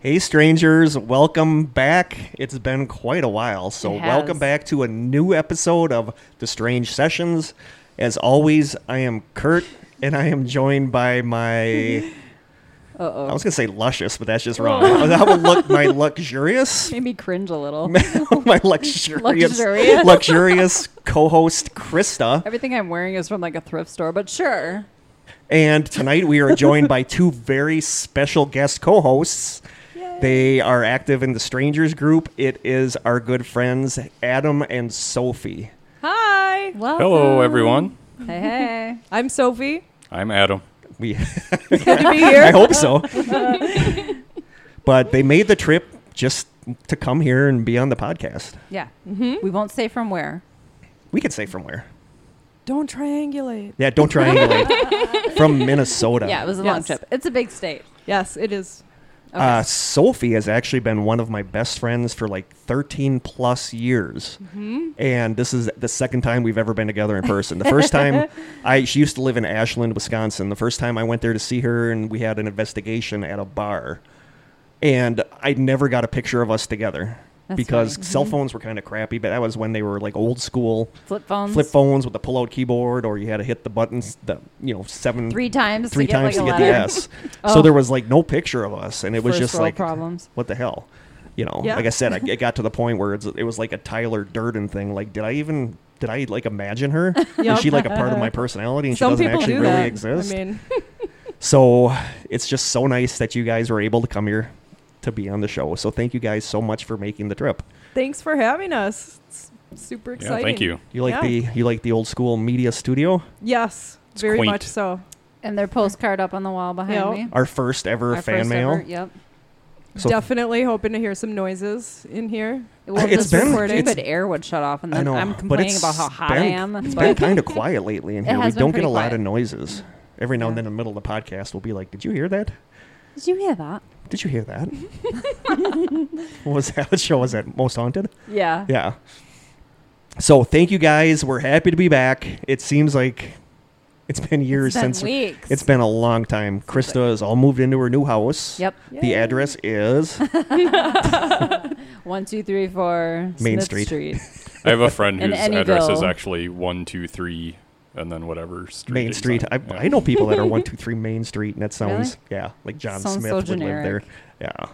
Hey, strangers, welcome back. It's been quite a while. So, It welcome has. back to a new episode of The Strange Sessions. As always, I am Kurt, and I am joined by my. I was going to say luscious, but that's just wrong. that would look my luxurious. Made me cringe a little. my luxurious, Luxurious. luxurious co-host Krista. Everything I'm wearing is from like a thrift store, but sure. And tonight we are joined by two very special guest co hosts. They are active in the Strangers group. It is our good friends Adam and Sophie. Hi. Welcome. Hello, everyone. Hey, hey. I'm Sophie. I'm Adam. We, Good to be I here. hope so. but they made the trip just to come here and be on the podcast. yeah. Mm-hmm. We won't say from where. We could say from where. Don't triangulate. Yeah, don't triangulate. from Minnesota. Yeah, it was a long Yes. trip. It's a big state. Yes, it is. Uh, Sophie has actually been one of my best friends for like 13 plus years. Mm-hmm. And this is the second time we've ever been together in person. The first time I, she used to live in Ashland, Wisconsin. The first time I went there to see her, and we had an investigation at a bar. And I never got a picture of us together That's Mm-hmm. because funny. cell phones were kind of crappy, but that was when they were like old school Flip phones. flip phones with the pull out keyboard, or you had to hit the buttons, the, you know, seven, Three times. three to times get, to like, get a the letter. S. Oh. So there was like no picture of us, and it was First just world like problems. What the hell? You know, Yeah. like I said, I, it got to the point where it's, it was like a Tyler Durden thing. Like, did I even did I like imagine her? Is Yep. she like a part of my personality and she Some doesn't people actually do really that. exist? I mean, so it's just so nice that you guys were able to come here to be on the show. So thank you guys so much for making the trip. thanks for having us. It's super Yeah, exciting. thank you. You like Yeah. the you like the old school media studio? Yes, very quaint. much so. And their postcard up on the wall behind Yeah. me. Our first ever Our fan first mail. ever- yep. So Definitely hoping to hear some noises in here. Well, It's this been- recording, it's- but air would shut off, and I then know, I'm but complaining it's about how hot I been- am. It's but- been kind of quiet lately in It here. We has been don't get pretty a lot quiet. of noises. Every now and Yeah. then, in the middle of the podcast, we'll be like, "Did you hear that? Did you hear that? Did you hear that? what was that what show? Was that Most Haunted? Uh-huh. Yeah. Yeah. So thank you guys. We're happy to be back. It seems like it's been years been since weeks. it's been a long time. Krista has all moved into her new house. Yep. The address is One, two, three, four. Main Smith Street. Street. I have a friend In whose any address is go. actually one, two, three, and then whatever street. Main it's Street. on. I, Yeah. I know people that are one two three Main Street, and that sounds yeah like John Sounds Smith so would live generic. there. Yeah.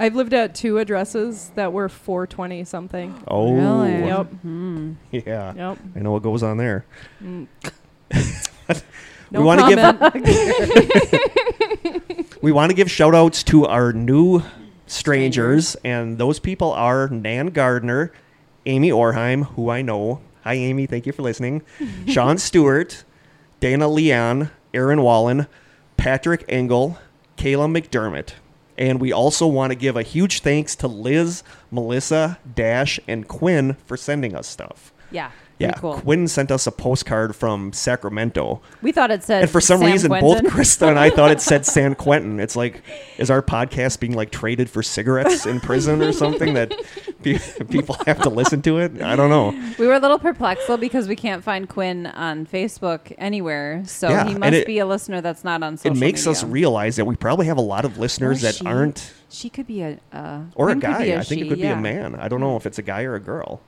I've lived at two addresses that were 420 something. Oh. Really? Hmm. Yep. Yeah. Yep. I know what goes on there. No we want to give comment. we want to give shout outs to our new strangers and those people are Nan Gardner, Amy Orheim, who I know. Hi Amy, thank you for listening. Sean Stewart, Dana Leon, Aaron Wallen, Patrick Engel, Kayla McDermott. And we also want to give a huge thanks to Liz, Melissa, Dash, and Quinn for sending us stuff. Yeah. Yeah, pretty Cool. Quinn sent us a postcard from Sacramento. We thought it said. And for some San reason, Quentin. both Krista and I thought it said San Quentin. It's like, is our podcast being like traded for cigarettes in prison or something that pe- people have to listen to it? I don't know. we were a little perplexed though, because we can't find Quinn on Facebook anywhere. So Yeah, he and must it- be a listener that's not on It social. makes us media. realize that we probably have a lot of listeners Or that she. aren't, She could be a uh, or a Quinn could guy. be I think it she, could be yeah. Mm. a man. I don't know if it's a guy or a girl.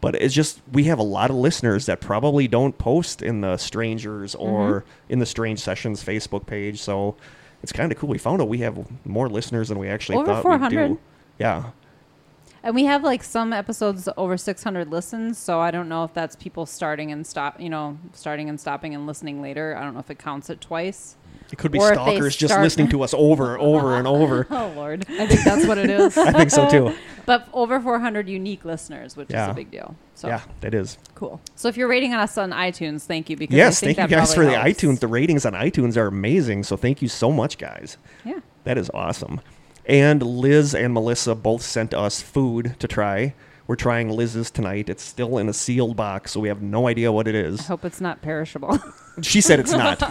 But it's just, we have a lot of listeners that probably don't post in the Strangers Mm-hmm. or in the Strange Sessions Facebook page. So it's kind of cool. We found out we have more listeners than we actually Over thought 400. we do. Yeah. And we have like some episodes over 600 listens, so I don't know if that's people starting and stop, you know, starting and stopping and listening later. I don't know if it counts it twice. It could be Or if they stalkers just start- listening to us over and over and over. Oh lord. I think that's what it is. I think so too. But over 400 unique listeners, which is Yeah. a big deal. So Yeah, that is. Cool. So if you're rating us on iTunes, thank you because Yes, I think thank you that guys for the probably helps. iTunes. The ratings on iTunes are amazing. So thank you so much, guys. Yeah. That is awesome. And Liz and Melissa both sent us food to try. We're trying Liz's tonight. It's still in a sealed box, so we have no idea what it I is. hope it's not perishable. She said it's not.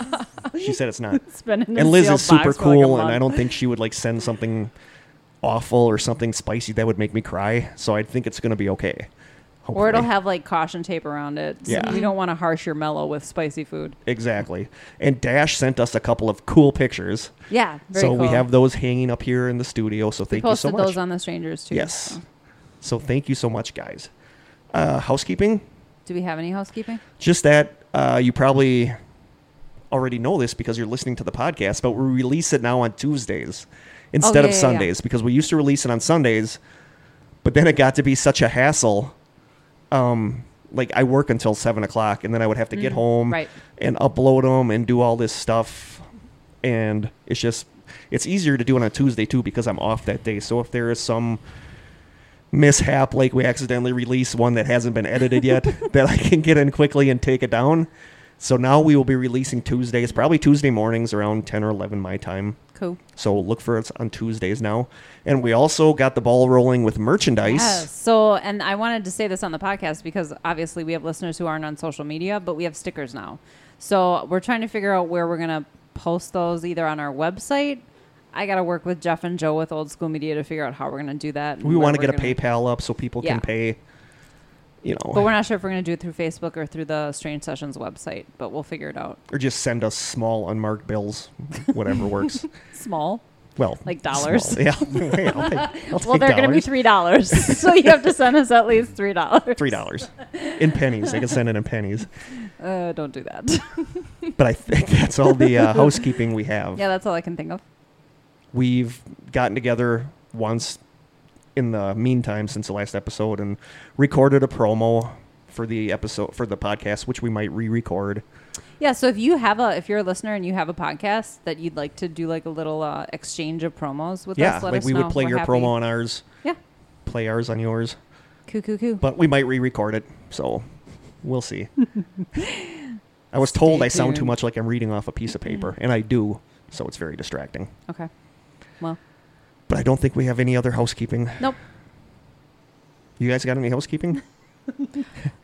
she said it's not. it's been in and Liz sealed is super box for, like, a cool, and month. I don't think she would like send something awful or something spicy that would make me cry. So I think it's going to be okay. Or it'll Hopefully. have like caution tape around it. So Yeah. We don't want to harsh your mellow with spicy food. Exactly. And Dash sent us a couple of cool pictures. Yeah. Very so we cool. have those hanging up here in the studio. So We thank you so posted much. those on the strangers too. yes. so. So thank you so much, guys. Uh, housekeeping, Do we have any housekeeping? just that uh, you probably already know this because you're listening to the podcast, but we release it now on Tuesdays instead Oh, yeah, of yeah, yeah. Sundays because we used to release it on Sundays, but then it got to be such a hassle. Um, like I work until seven o'clock, and then I would have to get home Mm-hmm. right. and upload them and do all this stuff, and it's just it's easier to do it on a Tuesday too because I'm off that day. So if there is some mishap like we accidentally release one that hasn't been edited yet that I can get in quickly and take it down. So now we will be releasing Tuesdays, probably Tuesday mornings around 10 or 11 my time. Cool. So look for us on Tuesdays now. And we also got the ball rolling with merchandise. Yes. So, and I wanted to say this on the podcast because obviously we have listeners who aren't on social media, but we have stickers now. So we're trying to figure out where we're gonna post those, either on our website. I got to work with Jeff and Joe with Old School Media to figure out how we're gonna do that. and We where want to we're get a gonna- PayPal up so people Yeah. can pay, you But know, we're not sure if we're gonna do it through Facebook or through the Strange Sessions website. But we'll figure it out. or just send us small unmarked bills, whatever works. Small. Well, Like dollars? small. Yeah. yeah I'll take- I'll Well, take they're gonna be dollars. three dollars, so you have to send us at least three dollars. Three dollars in pennies. They can send it in pennies. Uh, don't do that. But I think that's all the uh, housekeeping we have. yeah, that's all I can think of. We've gotten together once in the meantime since the last episode and recorded a promo for the episode for the podcast, which we might re-record. Yeah, so if you have a if you're a listener and you have a podcast that you'd like to do like a little uh, exchange of promos with yeah, us, let like us we know. would play We're your happy. promo on ours, Yeah, play ours on yours, coo coo coo. but we might re-record it. So we'll see. I was told Stay I sound too tuned. much like I'm reading off a piece of Mm-hmm. paper, and I do, so it's very distracting. Okay. Well, But I don't think we have any other housekeeping. nope. You guys got any housekeeping? you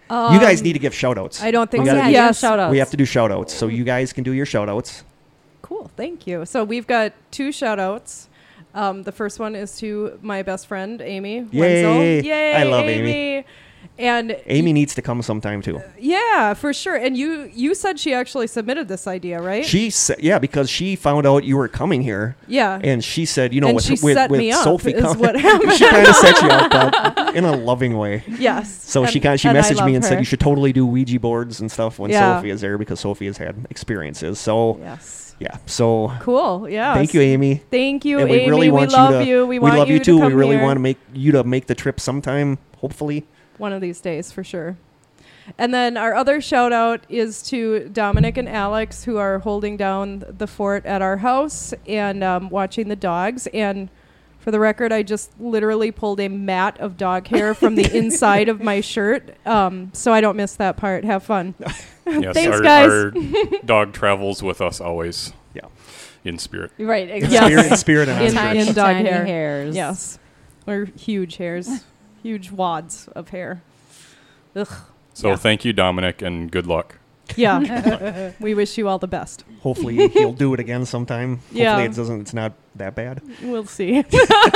guys need to give shout outs. Um, I don't think We so. gotta yeah, do- you have Yes. shout outs. We have to do shout outs. So you guys can do your shout outs. Cool, thank you. So we've got two shout outs. Um, the first one is to my best friend, Amy Wenzel. Yay. Yay, I love Amy. And Amy needs to come sometime too. yeah, for sure. And you you said she actually submitted this idea, right? She said, yeah, because she found out you were coming here. yeah. And she said, you know, And with, she with, set with me up, Sophie is coming, what happened. she kind of set you up but in a loving way. yes. So she And- kind of, she and I messaged love me and said her. you should totally do Ouija boards and stuff when Yeah. Sophie is there because Sophie has had experiences. So Yes. yeah, so Cool. Yeah. thank you, Amy. Thank you, and we Amy. really we want love you to. you. Oh, We, want love you, to too. Come we really here want to make you to make the trip sometime. Hopefully, one of these days for sure. And then our other shout out is to Dominic and Alex who are holding down the fort at our house and um, watching the dogs. And for the record, I just literally pulled a mat of dog hair from the inside of my shirt, um, so I don't miss that part. Have fun. Yes, Thanks, our, guys. our dog travels with us always yeah. in spirit. Right. exactly. Spirit, spirit, and In- honor. in dog tiny hair. hairs. Yes, we're huge hairs, huge wads of hair. Ugh. So Yeah. thank you, Dominic, and good luck. Yeah, we wish you all the best. Hopefully he'll do it again sometime. Hopefully Yeah. it doesn't. It's not that bad. We'll see.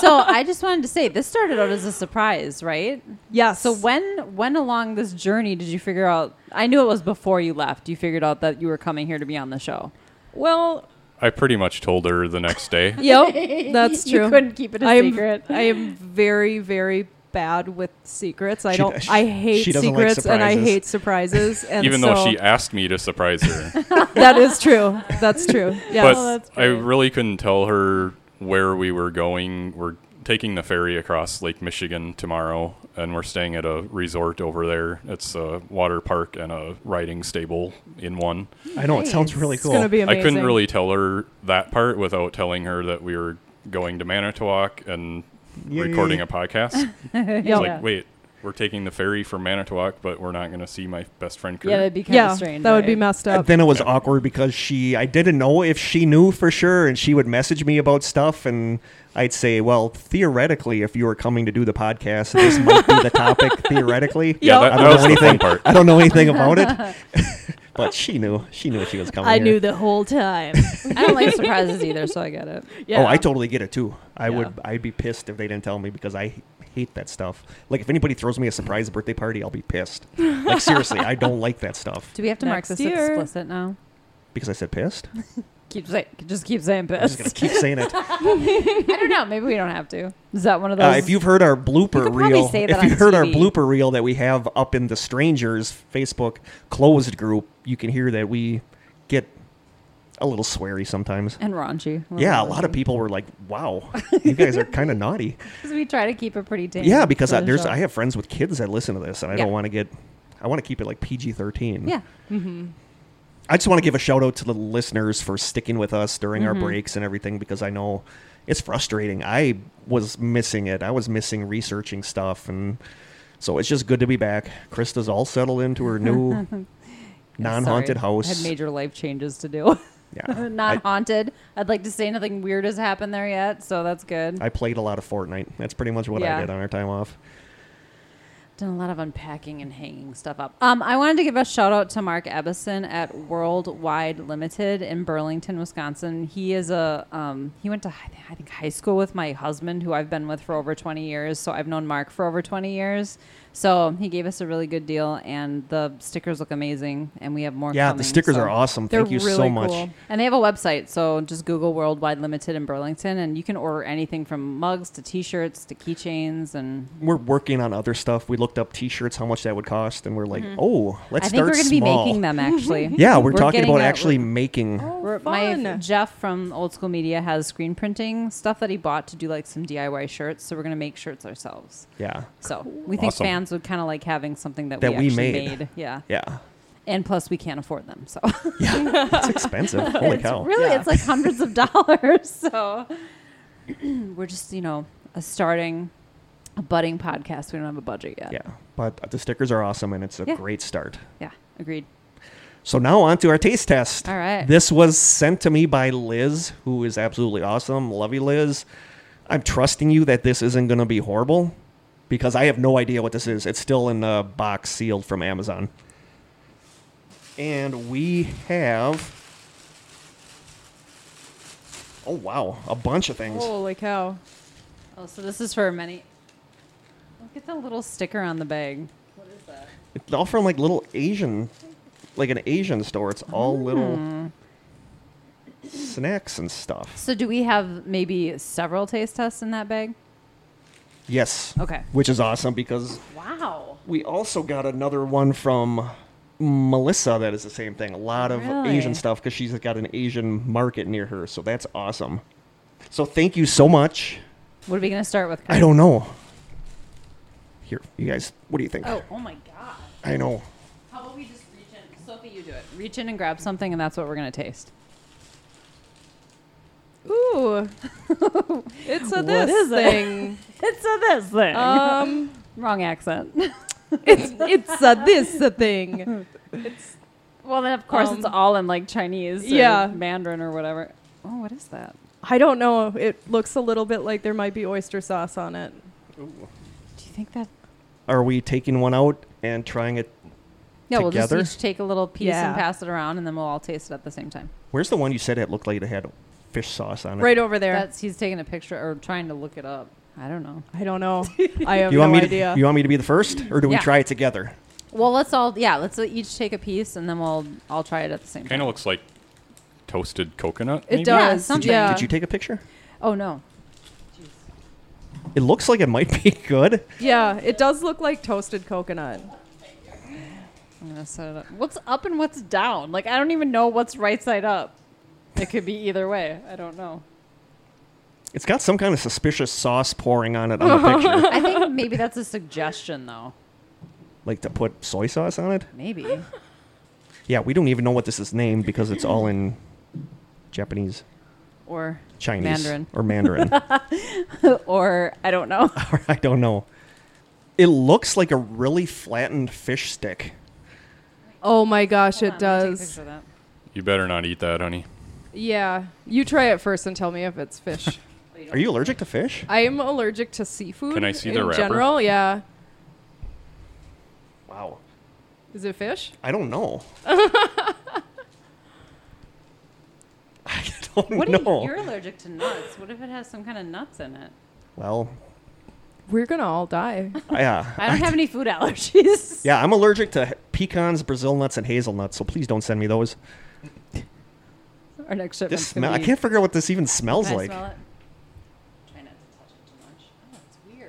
so I just wanted to say this started out as a surprise, right? yes. So when when along this journey did you figure out? I knew it was before you left. You figured out that you were coming here to be on the show. Well, I pretty much told her the next day. yep, that's true. you couldn't keep it a I am, secret. I am very, very bad with secrets. I She don't. does- I hate she doesn't like secrets, and I surprises. hate surprises. And Even though so- she asked me to surprise her. that is true. That's true. Yes. but I really couldn't tell her where we were going. We're taking the ferry across Lake Michigan tomorrow, and we're staying at a resort over there. It's a water park and a riding stable in one. I know it sounds really it's cool. gonna be amazing. I couldn't really tell her that part without telling her that we were going to Manitowoc and Yay. recording a podcast. It's Yeah. like, wait, we're taking the ferry from Manitowoc, but we're not going to see my best friend Kurt. yeah, that'd be kind Yeah, of strange. that would be right? messed And up. then it was awkward because she. I didn't know if she knew for sure, and she would message me about stuff, and I'd say, "Well, theoretically, if you were coming to do the podcast, this might be the topic. Theoretically, yeah, Yep. that, I that don't was know the fun anything. part. I don't know anything about it." but she knew. She knew she was coming. here. the whole time. I don't like surprises either, so I get it. yeah. Oh, I totally get it too. I Yeah. would. I'd be pissed if they didn't tell me because I hate that stuff. Like if anybody throws me a surprise birthday party, I'll be pissed. Like seriously, I don't like that stuff Do we have to mark Next this year. explicit now? because I said pissed. Keep say, just keep saying I'm just gonna piss. keep saying it. I don't know. Maybe we don't have to. Is that one of those? Uh, if you've heard our blooper could probably reel, say that if you on heard our TV. blooper reel that we have up in the strangers Facebook closed group, you can hear that we get a little sweary sometimes. and raunchy. We're Yeah, a raunchy. lot of people were like, "Wow, you guys are kind of naughty." 'Cause we try to keep it pretty tame. Yeah, because for I, the there's show. I have friends with kids that listen to this, and I Yeah. don't want to get. I want to keep it like PG thirteen. yeah. I just want to give a shout out to the listeners for sticking with us during our breaks and everything because I know it's frustrating. I was missing it. I was missing researching stuff and so it's just good to be back. Krista's all settled into her new non-haunted Sorry. house. Had major life changes to do. yeah. Not I, haunted. I'd like to say nothing weird has happened there yet, so that's good. I played a lot of Fortnite. That's pretty much what Yeah. I did on our time off. Done a lot of unpacking and hanging stuff up. Um, I wanted to give a shout out to Mark Ebison at Worldwide Limited in Burlington, Wisconsin. He is a um, he went to hi- I think high school with my husband, who I've been with for over 20 years. So I've known Mark for over 20 years. So he gave us a really good deal, and the stickers look amazing, and we have more. Yeah, coming, the stickers so- are awesome. They're Thank you really so much. cool. And they have a website, so just Google Worldwide Limited in Burlington, and you can order anything from mugs to T-shirts to keychains, and We're working on other stuff. We looked up t-shirts how much that would cost and we're like, "Oh, let's Mm-hmm. I think we're start going to be small." making them actually. Yeah, we're, talking getting about a- actually making we're- Oh. My Jeff from Old School Media has screen printing stuff that he bought to do like some DIY shirts, so we're going to make shirts ourselves. yeah. So we think Awesome. fans would kind of like having something that, That we we actually made. made. Yeah, Yeah. and plus we can't afford them, so Yeah, it's expensive. Holy cow! really Yeah. it's like hundreds of dollars so we're just you know a starting a budding podcast we don't have a budget yet yeah, but the stickers are awesome, and it's a Yeah. great start. Yeah, agreed So now on to our taste test. All right. This was sent to me by Liz, who is absolutely awesome. Love you, Liz. I'm trusting you that this isn't going to be horrible because I have no idea what this is. It's still in a box sealed from Amazon. And we have. Oh, wow. A bunch of things. Holy cow. oh so this is for many look at the little sticker on the bag what is that It's all from like little Asian, like an Asian store. It's all little snacks and stuff. so do we have maybe several taste tests in that bag Yes. Okay. Which is awesome because wow we also got another one from Melissa that is the same thing. A lot of Really? Asian stuff because she's got an Asian market near her. So that's awesome. So thank you so much. what are we gonna start with I don't know. Here, you guys, what do you think? oh oh my god I know. how about we just reach in sophie you do it reach in and grab something and that's what we're gonna taste Ooh. it's a What this is it? thing. it's a this thing um, wrong accent it's it's a this a thing. It's Well, then of course Um, it's all in like Chinese, or yeah. Mandarin or whatever. Oh, what is that? I don't know. It looks a little bit like there might be oyster sauce on it. Do you think that? Are we taking one out and trying it? Yeah, we'll just Together? each take a little piece Yeah. and pass it around, and then we'll all taste it at the same time. Where's the one you said it looked like it had fish sauce on it? Right over there. That's he's taking a picture or trying to look it up. I don't know. I don't know. I have you want no me idea. To, you want me to be the first, or do Yeah. we try it together? Well, let's all yeah, let's each take a piece, and then we'll all try it at the same Kind of time. looks like toasted coconut. it maybe? Yeah, does. something. yeah. Did you take a picture? Oh no, It looks like it might be good. yeah, it does look like toasted coconut. I'm gonna set it up. What's up and what's down? Like I don't even know what's right side up. It could be either way. I don't know. It's got some kind of suspicious sauce pouring on it on the picture, I think maybe that's a suggestion though. like to put soy sauce on it. Maybe. Yeah, we don't even know what this is named because it's all in Japanese, Or Chinese, Mandarin. or Mandarin. or I don't know. or I don't know. It looks like a really flattened fish stick. Oh my gosh, Hold it on, let me take a does. picture of that. You better not eat that, honey. Yeah, you try it first and tell me if it's fish. Are you allergic to fish? I'm allergic to seafood. Can I see in the wrapper? general? Yeah. Wow, Is it fish? I don't know. I don't What know. do you, you're allergic to nuts. What if it has some kind of nuts in it? Well, We're gonna all die. Yeah. I don't have any food allergies. uh, Yeah, I'm allergic to pecans, Brazil nuts, and hazelnuts, so please don't send me those. Our next shipment. This smell, I can't figure out what this even smells Can I like. smell it? Try not to touch it too much.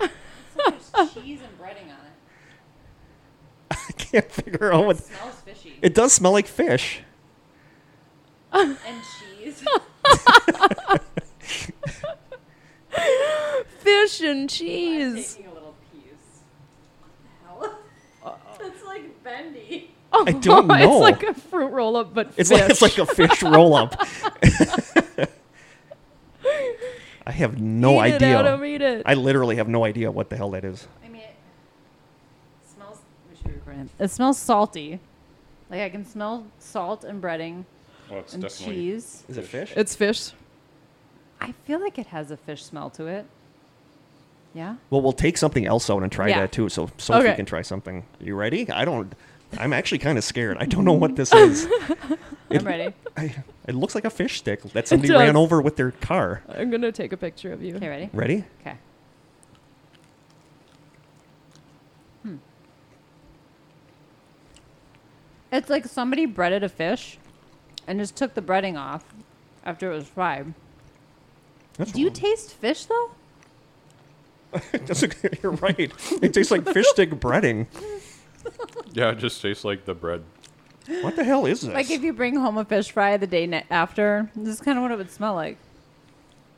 Oh, it's weird. It's like there's cheese and breading on it. I can't figure out what. It smells fishy. It does smell like fish. and cheese. Fish and cheese. taking a little piece. What the hell? It's like bendy. Oh, I don't know. It's like a fruit roll up, but It's fish. like, it's like a fish roll up. I have no Eat It, idea. Adam, eat it. I literally have no idea what the hell that is. I mean, it smells. We should record it. It smells salty. Like I can smell salt and breading Well, it's and definitely cheese. Is it fish? it's fish. I feel like it has a fish smell to it. Yeah. Well, we'll take something else out and try Yeah. that too. So, so if you Okay. can try something. You ready? I don't. I'm actually kind of scared. I don't know what this is. It- I'm ready. I, it looks like a fish stick that somebody does. ran over with their car. I'm gonna take a picture of you. Okay, ready? Ready? Okay. Hmm. It's like somebody breaded a fish and just took the breading off after it was fried. That's Do you taste fish though? That's a, you're right. It tastes like fish stick breading. Yeah, it just tastes like the bread. What the hell is this? Like if you bring home a fish fry the day ne- after, this is kind of what it would smell like.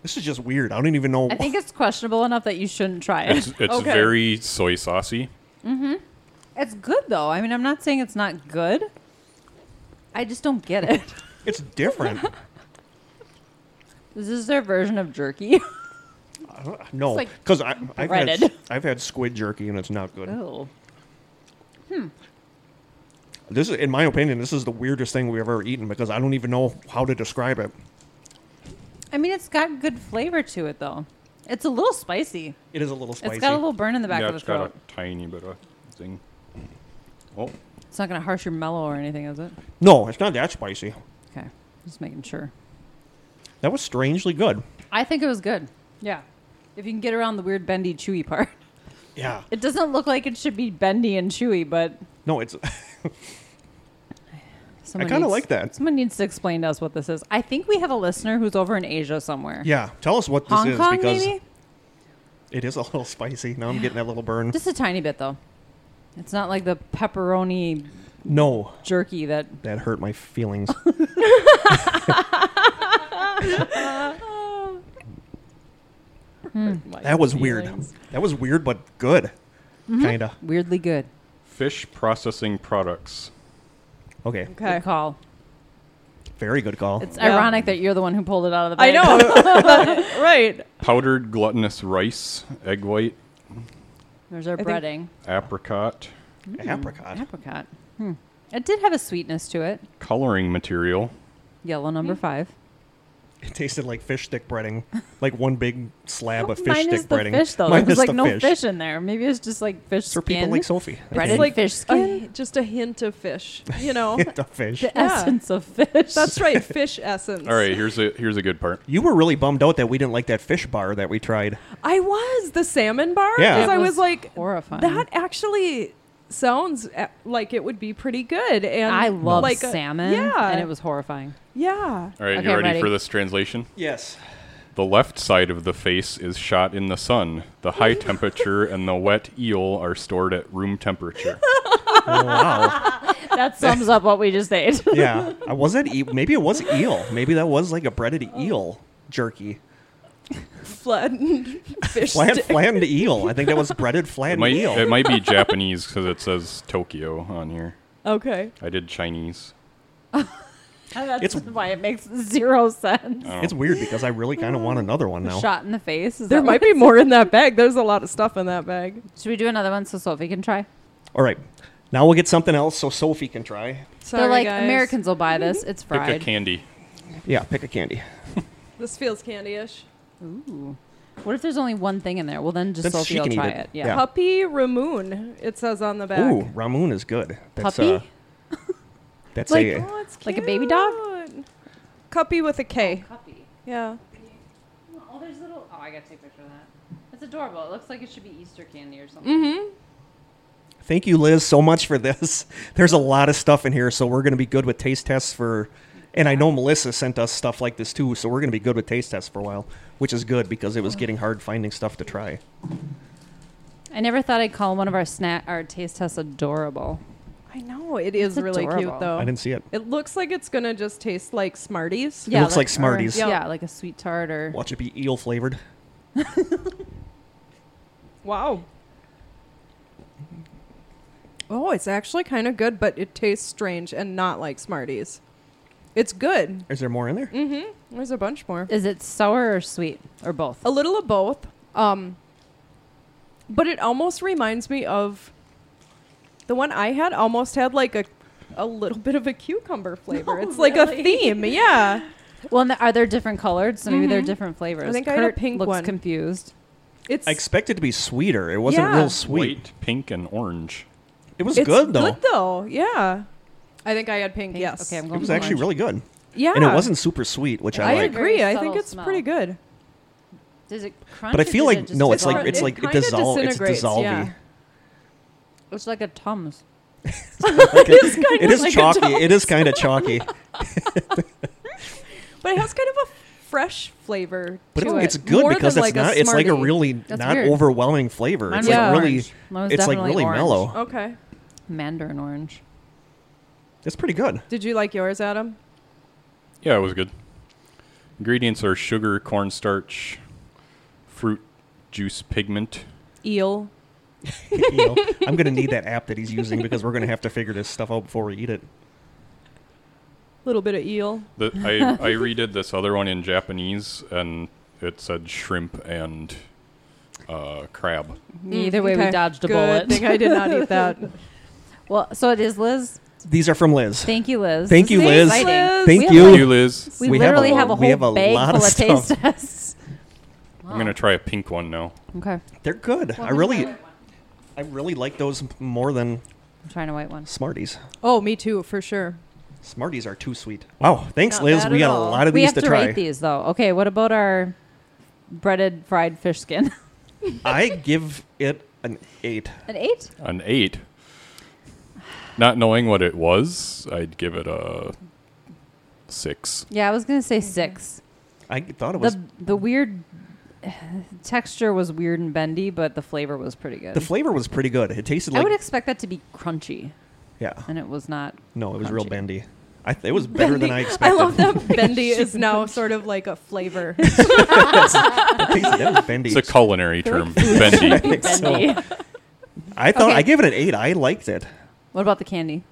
this is just weird. I don't even know. I think it's questionable enough that you shouldn't try it. It's It's, it's Okay. very soy saucy. good though. I mean, I'm not saying it's not good. I just don't get it. it's different. Is this their version of jerky? I don't- no, like because I've had, breaded. I've had squid jerky and it's not good. oh. This is, in my opinion, this is the weirdest thing we've ever eaten because I don't even know how to describe it. I mean, it's got good flavor to it though. It's a little spicy. It is a little spicy. It's got a little burn in the back yeah, of the it's got throat. a tiny bit of thing. Oh, It's not going to harsh your mellow or anything, is it? no, it's not that spicy. Okay. Just making sure. That was strangely good. I think it was good. Yeah. If you can get around the weird bendy chewy part. Yeah. It doesn't look like it should be bendy and chewy, but No, it's. someone kinda needs- like that. Someone needs to explain to us what this is. I think we have a listener who's over in Asia somewhere. yeah. Tell us what this Hong is Kong, because maybe? it is a little spicy. Now I'm getting that little burn. Just a tiny bit, though. It's not like the pepperoni No, jerky that. that hurt my feelings. That was weird. Feelings. That was weird, but good. Mm-hmm. Kinda. Weirdly good. fish processing products. Okay. Okay. Good call. Very good call. It's Yeah. ironic that you're the one who pulled it out of the I bag. know. right. Powdered gluttonous rice, egg white, There's our think- breading. apricot, Apricot. Apricot. Hmm. It did have a sweetness to it. coloring material. Yellow number Hmm. five. It tasted like fish stick breading, like one big slab of fish Mine stick is the breading. fish though. Minus There's like the no fish. in there. Maybe it's just like fish for skin. people like Sophie. Breaded It's It's like fish a- skin? just a hint of fish. You know. the fish. the Yeah. essence of fish. uh, That's right. Fish essence. All right, here's a here's a good part. You were really bummed out that we didn't like that fish bar that we tried. I was the salmon bar Yeah. because It I was was like horrifying. That actually sounds a- like it would be pretty good. And I love like a- salmon. yeah, And it was horrifying. yeah. All right, Okay, you ready, ready. for this translation? Yes. The left side of the face is shot in the sun. The high temperature and the wet eel are stored at room temperature. Oh, Wow. That sums up what we just ate. yeah. I was that e- maybe it was eel. Maybe that was like a breaded eel jerky. Flattened fish Flat stick. flattened eel. I think that was breaded It flattened might eel. it might be Japanese because it says Tokyo on here. Okay. I did Chinese. That's It's- why it makes zero sense. Oh. It's weird because I really kind of want another one now. Shot in the face. Is There that might what- be more in that bag. There's a lot of stuff in that bag. Should we do another one so Sophie can try? All right. Now we'll get something else so Sophie can try. Sorry, They're like guys. Americans will buy this. Mm-hmm. It's Pick fried. a candy. Yeah, pick a candy. This feels candy-ish. Ooh. What if there's only one thing in there? Well, then just Then Sophie she will can eat try it. it. Yeah. Yeah. Puppy Ramoon. It says on the back. Ooh, Ramoon is good. That's, Puppy? Uh, that's Like- a. Oh, it's Like a baby dog? cute. Cuppy with a K. Yeah. Oh, there's little. Oh, I gotta take a picture of that. It's adorable. It looks like it should be Easter candy or something. Mm-hmm. Thank you, Liz, so much for this. There's a lot of stuff in here, so we're going to be good with taste tests for. And I know Melissa sent us stuff like this too, so we're going to be good with taste tests for a while, which is good because it Oh. was getting hard finding stuff to try. Mm-hmm. I never thought I'd call one of our snack our taste tests adorable. I know it is It's really adorable. cute though. I didn't see it. It looks like it's gonna just taste like Smarties. Yeah, looks like Smarties. Or, Yep. yeah, like a sweet tart or Watch it be eel flavored. Wow. Oh, it's actually kind of good, but it tastes strange and not like Smarties. It's good. Is there more in there? Mm-hmm. There's a bunch more. Is it sour or sweet or both? A little of both. Um, but it almost reminds me of the one I had. Almost had like a a little bit of a cucumber flavor. No, it's like really? a theme. Yeah. Well, and are there different colored? So maybe they're different flavors. I think I Kurt had a pink looks one. confused. It's I expected it to be sweeter. It wasn't Yeah. real sweet. White, pink, and orange. It was good though. Good though. Yeah. I think I had pink. Pink? Yes. Okay, I'm It going was for actually orange. really good. Yeah. And it wasn't super sweet, which I, I like. ag- agree. Very I think subtle it's pretty good. Does it crunch? But I or feel does like it just no, it's like dissolve? it's It like it kinda dissolves. It's disintegrates, dissolving. yeah. it's like a tums. it is like a chalky. It is kind of chalky. But it has kind of a fresh flavor. But to it's, it. it's good More because than it's like a not. It's like a Smartie. really That's not weird. overwhelming flavor. Mine it's was like orange. really. Mine was It's like definitely really orange. mellow. Okay. Mandarin orange. It's pretty good. Did you like yours, Adam? Yeah, it was good. Ingredients are sugar, cornstarch, fruit juice pigment. Eel. You know, I'm gonna need that app that he's using because we're gonna have to figure this stuff out before we eat it. Little bit of eel. The, I, I redid this other one in Japanese, and it said shrimp and uh, crab. Either way, we Mm, Okay. dodged a good bullet. Thing I did not eat that. Well, so it is Liz. These are from Liz. Thank you, Liz. Thank This you, Liz. is exciting. Thank Thank We have, you. Thank like- you, Liz. We, We have a- literally have a, we have whole a bag lot full of of taste stuff. tests. I'm gonna try a pink one now. Okay, They're good. I really, I really like those more than I'm trying a white one. Smarties. Oh, me too, for sure. Smarties are too sweet. Wow. Thanks, Not Liz. bad We at got a all. lot of We these have to, try. rate these though. Okay, what about our breaded fried fish skin? I give it an eight. An eight? An eight. Not knowing what it was, I'd give it a six. Yeah, I was gonna say six. I thought it was The the, the weird texture was weird and bendy, but the flavor was pretty good. flavor was pretty good. It tasted I like would expect that to be crunchy, yeah. and it was not. No, it was real crunchy. bendy. I th- it was better than I I expected. love that bendy is now sort of like a flavor. It tasted- that was bendy. It's a culinary term, I bendy. think so. Bendy. I thought Okay. I gave it an eight. I liked it. what about the candy?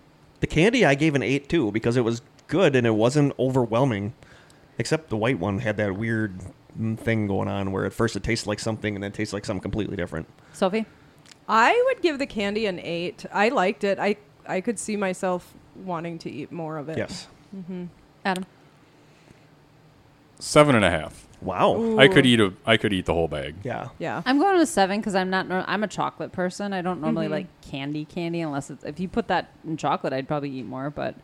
The candy I gave an eight too because it was good and it wasn't overwhelming. Except the white one had that weird mm, thing going on where at first it tastes like something and then it tastes like something completely different. Sophie? I would give the candy an eight. I liked it. I I could see myself wanting to eat more of it. Yes. Adam? Seven and a half. Wow. I could eat a. I could eat the whole bag. Yeah. Yeah. I'm going with seven because I'm not. nor- I'm a chocolate person. I don't normally like candy, candy unless it's. If you put that in chocolate, I'd probably eat more. But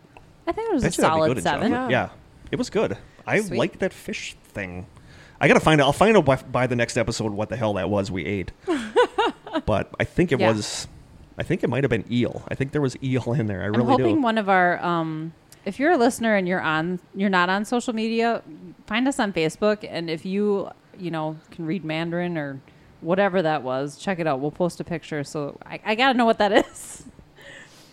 I think it was That a should be good solid in seven. chocolate. Yeah. It was good. I Sweet. liked that fish thing. I gotta find out. I'll find out by, by the next episode what the hell that was we ate. but I think it Yeah. was. I think it might have been eel. I think there was eel in there. I I'm really hoping do. one of our. Um, if you're a listener and you're on, you're not on social media, find us on Facebook. And if you, you know, can read Mandarin or whatever that was, check it out. We'll post a picture. So I, I gotta know what that is.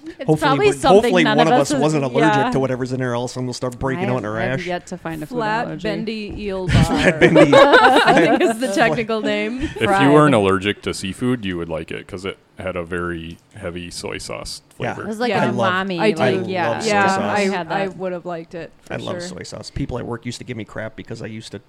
It's hopefully, probably we- something hopefully none one of us, is- wasn't allergic yeah. to whatever's in there, else and we'll start breaking I out in a have rash. yet to find a food Flat allergy. bendy eel bar Bendy. I think is the technical name. If Fried. you weren't allergic to seafood, you would like it because it had a very heavy soy sauce Yeah. It flavor. was like Yeah. an I love- umami. I like, do. I love yeah, soy Yeah, sauce. I, had that. I would have liked it. For I sure. love soy sauce. People at work used to give me crap because I used to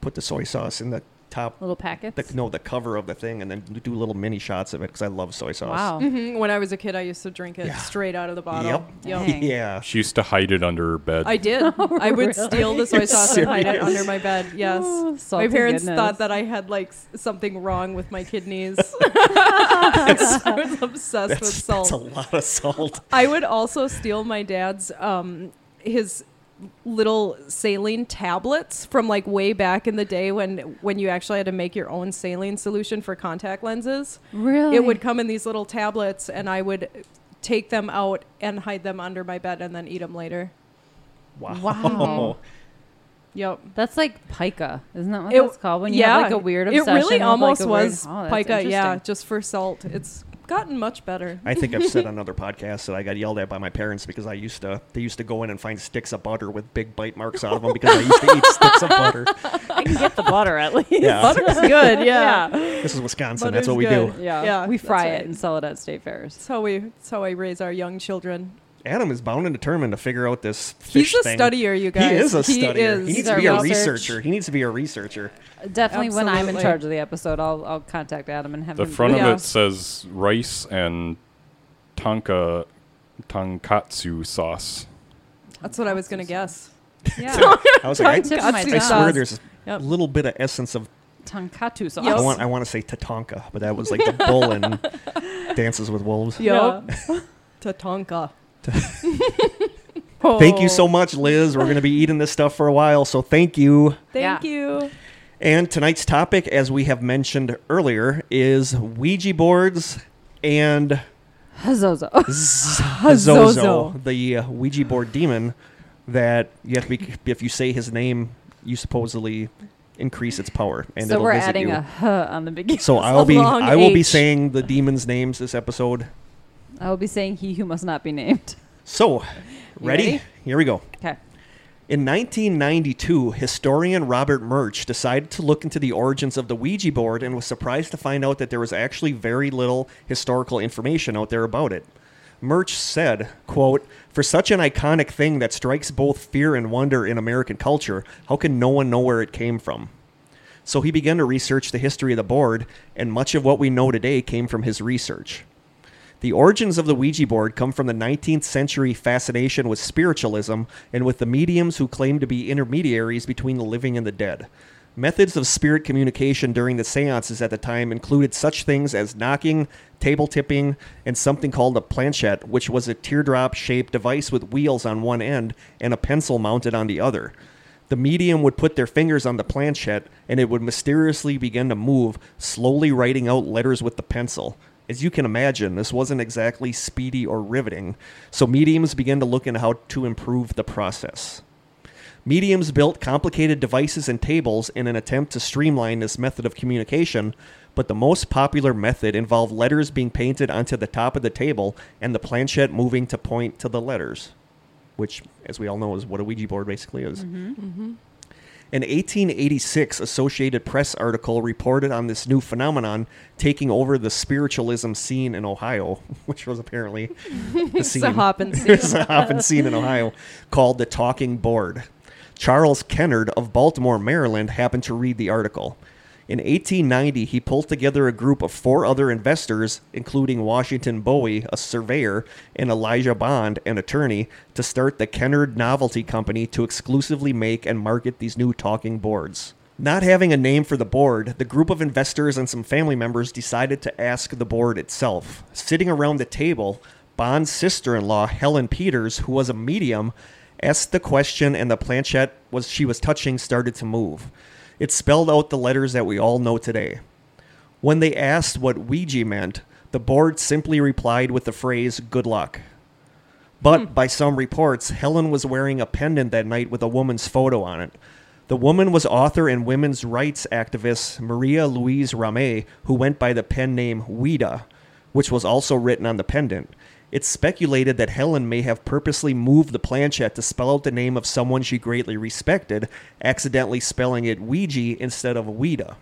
put the soy sauce in the top, little packets. the, no, the cover of the thing, and then do little mini shots of it because I love soy sauce. wow. Mhm, When I was a kid, I used to drink it Yeah. straight out of the bottle. Yep. Dang. Yeah. She used to hide it under her bed. I did. I would steal the soy sauce and hide it Serious? under my bed. Yes. Oh, my salty parents goodness. thought that I had like s- something wrong with my kidneys. I was obsessed with That's, that's salt. a lot of salt. I would also steal my dad's um his little saline tablets from like way back in the day when when you actually had to make your own saline solution for contact lenses. Really? It would come in these little tablets, and I would take them out and hide them under my bed and then eat them later. Wow. Wow. Yep. That's like pica, isn't that what It- that's called? When you have like a weird obsession. It really with, like, a almost weird- was Oh, that's pica, yeah, interesting. just for salt. It's gotten much better. I think I've said on another podcast that I got yelled at by my parents because I used to they used to go in and find sticks of butter with big bite marks out of them because I used to eat sticks of butter. I can get the butter at least. Yeah. Butter's good, yeah. This is Wisconsin. Butter's that's what we good. do. Yeah. Yeah, we that's fry right. it and sell it at state fairs. That's how we. That's how I raise our young children. Adam is bound and determined to figure out this He's fish a thing. studier, you guys. He is a He studier. He, is. needs He's to our be a research. researcher. He needs to be a researcher. Definitely when I'm in Absolutely. charge of the episode, I'll I'll contact Adam and have The him front do Yeah. of it says rice and tonka tonkatsu sauce. That's what I was gonna guess. it. Yeah. I was like, Tip I, of my Katsu I tongue. swear there's a Yep. little bit of essence of tonkatsu sauce. I Yes. want I want to say Tatanka, but that was like the bull in Dances with Wolves. Yep. Tatanka. Oh. Thank you Oh. so much, Liz. We're going to be eating this stuff for a while, so thank you. Yeah. Thank you. And tonight's topic, as we have mentioned earlier, is Ouija boards and Hazozo. Zozo, the uh, Ouija board demon. That you have to be if you say his name, you supposedly increase its power, and so it'll we're visit adding you. a huh on the beginning. so I'll be long I will be H. saying the demons' names this episode. I will be saying he who must not be named. So, ready? ready? Here we go. Okay. In 1992, historian Robert Murch decided to look into the origins of the Ouija board and was surprised to find out that there was actually very little historical information out there about it. Murch said, quote, For such an iconic thing that strikes both fear and wonder in American culture, how can no one know where it came from? So he began to research the history of the board, and much of what we know today came from his research. The origins of the Ouija board come from the 19th century fascination with spiritualism and with the mediums who claimed to be intermediaries between the living and the dead. Methods of spirit communication during the seances at the time included such things as knocking, table tipping, and something called a planchette, which was a teardrop shaped device with wheels on one end and a pencil mounted on the other. The medium would put their fingers on the planchette and it would mysteriously begin to move, slowly writing out letters with the pencil. As you can imagine, this wasn't exactly speedy or riveting, so mediums began to look into how to improve the process. Mediums built complicated devices and tables in an attempt to streamline this method of communication, but the most popular method involved letters being painted onto the top of the table and the planchette moving to point to the letters, which, as we all know, is what a Ouija board basically is. Mm-hmm. An 1886 Associated Press article reported on this new phenomenon taking over the spiritualism scene in Ohio, which was apparently the It's scene. a hop and see. There's a often seen in Ohio called the Talking Board. Charles Kennard of Baltimore, Maryland, happened to read the article. In 1890, he pulled together a group of four other investors, including Washington Bowie, a surveyor, and Elijah Bond, an attorney, to start the Kennard Novelty Company to exclusively make and market these new talking boards. Not having a name for the board, the group of investors and some family members decided to ask the board itself. Sitting around the table, Bond's sister in law, Helen Peters, who was a medium, asked the question, and the planchette was she was touching started to move. It spelled out the letters that we all know today. When they asked what Ouija meant, the board simply replied with the phrase, Good luck. But by some reports, Helen was wearing a pendant that night with a woman's photo on it. The woman was author and women's rights activist Maria Louise Rame, who went by the pen name Ouida, which was also written on the pendant. It's speculated that Helen may have purposely moved the planchette to spell out the name of someone she greatly respected, accidentally spelling it Ouija instead of Ouida.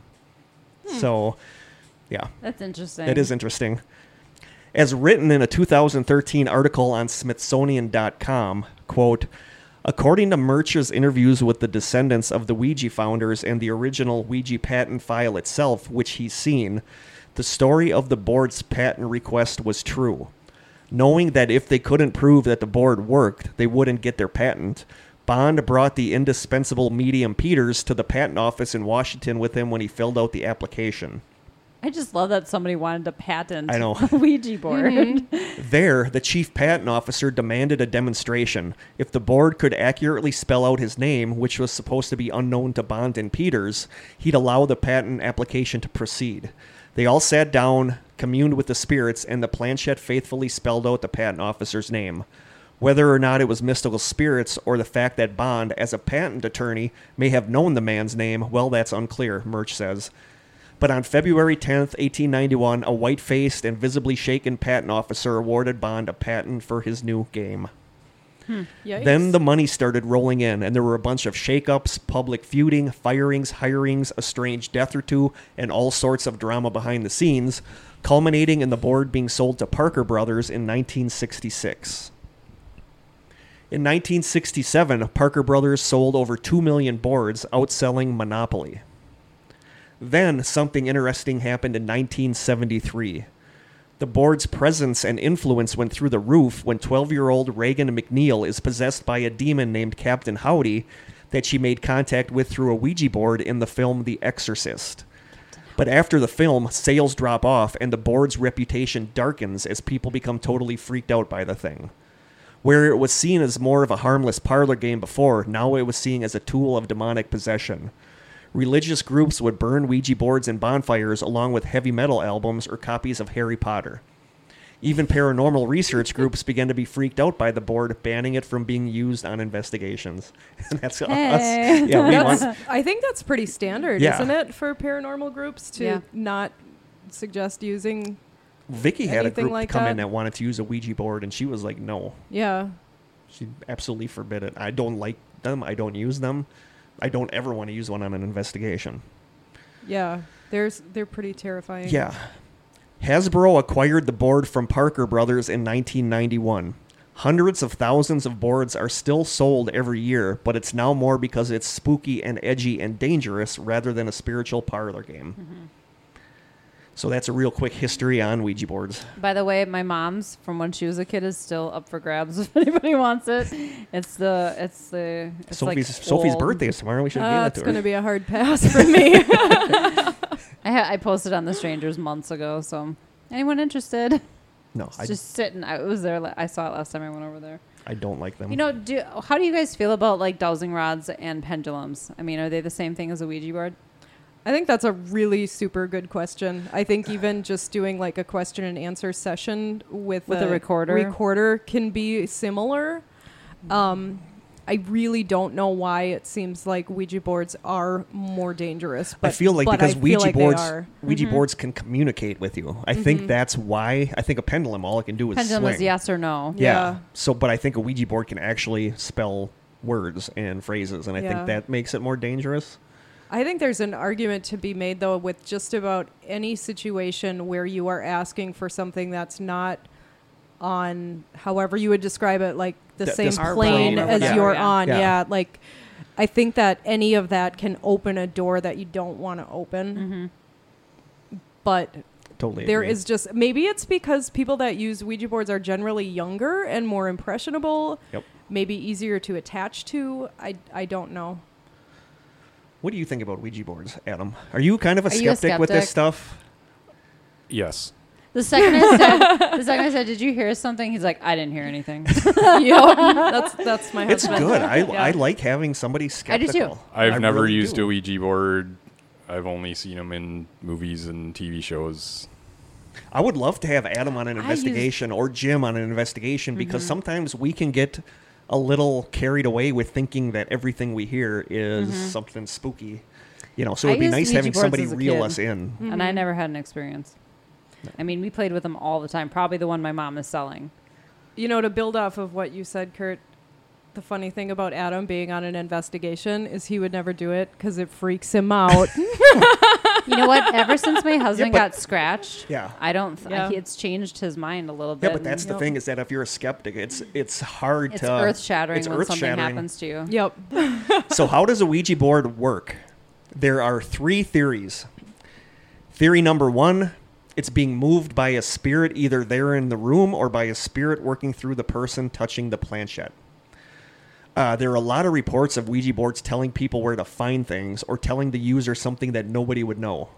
So, yeah. That's interesting. That is interesting. As written in a 2013 article on Smithsonian.com, quote, according to Murch's interviews with the descendants of the Ouija founders and the original Ouija patent file itself, which he's seen, the story of the board's patent request was true. Knowing that if they couldn't prove that the board worked, they wouldn't get their patent, Bond brought the indispensable medium Peters to the patent office in Washington with him when he filled out the application. I just love that somebody wanted to patent I know. a Ouija board. There, the chief patent officer demanded a demonstration. If the board could accurately spell out his name, which was supposed to be unknown to Bond and Peters, he'd allow the patent application to proceed. They all sat down, communed with the spirits, and the planchette faithfully spelled out the patent officer's name. Whether or not it was mystical spirits or the fact that Bond, as a patent attorney, may have known the man's name, well, that's unclear, Murch says. But on February 10th, 1891, a white faced and visibly shaken patent officer awarded Bond a patent for his new game. Then the money started rolling in, and there were a bunch of shakeups, public feuding, firings, hirings, a strange death or two, and all sorts of drama behind the scenes, culminating in the board being sold to Parker Brothers in 1966. In 1967, Parker Brothers sold over 2 million boards, outselling Monopoly. Then something interesting happened in 1973. The board's presence and influence went through the roof when 12 year old Reagan McNeil is possessed by a demon named Captain Howdy that she made contact with through a Ouija board in the film The Exorcist. But after the film, sales drop off and the board's reputation darkens as people become totally freaked out by the thing. Where it was seen as more of a harmless parlor game before, now it was seen as a tool of demonic possession. Religious groups would burn Ouija boards and bonfires along with heavy metal albums or copies of Harry Potter. Even paranormal research groups began to be freaked out by the board, banning it from being used on investigations. And that's Hey. us. Yeah, we That's- want, I think that's pretty standard, Yeah. isn't it, for paranormal groups to Yeah. not suggest using? Vicky had a Anything group like come in that? that wanted to use a Ouija board, and she was like, "No, Yeah, she absolutely forbid it. I don't like them. I don't use them. I don't ever want to use one on an investigation." yeah. There's they're pretty terrifying. Yeah. Hasbro acquired the board from Parker Brothers in 1991. Hundreds of thousands of boards are still sold every year, but it's now more because it's spooky and edgy and dangerous rather than a spiritual parlor game. Mm-hmm. So that's a real quick history on Ouija boards. By the way, my mom's from when she was a kid is still up for grabs if anybody wants it. It's the it's the it's Sophie's like Sophie's old. birthday is tomorrow. We should Uh, have it's give it to going to her. be a hard pass for me. I ha- I posted on the strangers months ago, so anyone interested? No, It's I, just sitting. I it was there. la- I saw it last time I went over there. I don't like them. You know, do how do you guys feel about like dowsing rods and pendulums? I mean, are they the same thing as a Ouija board? I think that's a really super good question. I think even just doing like a question and answer session with, With a recorder? recorder can be similar. Um, I really don't know why it seems like Ouija boards are more dangerous. But I feel like but I because feel Ouija like they boards are. Ouija boards can communicate with you. I think that's why. I think a pendulum all it can do is Pendulum swing. is yes or no. Yeah. Yeah. So, but I think a Ouija board can actually spell words and phrases, and I Yeah. think that makes it more dangerous. I think there's an argument to be made, though, with just about any situation where you are asking for something that's not on, however you would describe it, like the Th- same this Our plane plane or as whatever, you're yeah. on. Yeah. Yeah. like I think that any of that can open a door that you don't want to open. Mm-hmm. But Totally. there agree. is just maybe it's because people that use Ouija boards are generally younger and more impressionable, Yep. maybe easier to attach to. I, I don't know. What do you think about Ouija boards, Adam? Are you kind of a Are you a skeptic, with this skeptic? stuff? Yes. The second I said, the second I said, did you hear something? He's like, I didn't hear anything. yeah, that's that's my It's husband. good. I, Yeah. I like having somebody do too. skeptical. I've I never really used do. a Ouija board. I've only seen them in movies and TV shows. I would love to have Adam on an I use- Mm-hmm. investigation or Jim on an investigation because sometimes we can get a little carried away with thinking that everything we hear is something spooky. You know, so Mm-hmm. I it'd be used nice Ouija having boards somebody as a reel kid. Mm-hmm. us in. and I never had an experience. I mean, we played with them all the time. Probably the one my mom is selling. You know, to build off of what you said, Kurt, the funny thing about Adam being on an investigation is he would never do it because it freaks him out. You know what? Ever since my husband but- got scratched, Yeah. I don't. Th- Yeah. he- it's changed his mind a little bit. Yeah, but and that's the Yep. thing is that if you're a skeptic, it's it's hard It's to earth shattering it's when something earth-shattering. happens to you. yep. so how does a Ouija board work? There are three theories. Theory number one, it's being moved by a spirit either there in the room or by a spirit working through the person touching the planchette. Uh, there are a lot of reports of Ouija boards telling people where to find things or telling the user something that nobody would know.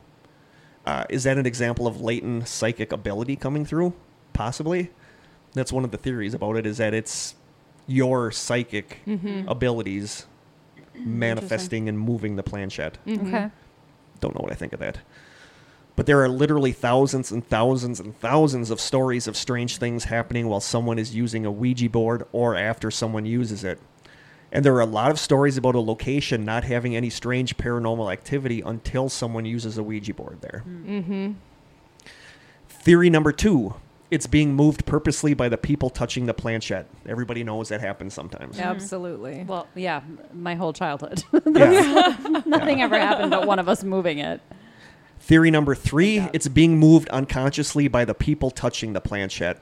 Uh, is that an example of latent psychic ability coming through? Possibly. That's one of the theories about it is that it's your psychic abilities manifesting and moving the planchette. Okay. Don't know what I think of that. But there are literally thousands and thousands and thousands of stories of strange things happening while someone is using a Ouija board or after someone uses it. And there are a lot of stories about a location not having any strange paranormal activity until someone uses a Ouija board there. Theory number two it's being moved purposely by the people touching the planchette. Everybody knows that happens sometimes. Absolutely. Well, yeah, m- my whole childhood. Yeah. Nothing ever happened but one of us moving it. Theory number three it's being moved unconsciously by the people touching the planchette.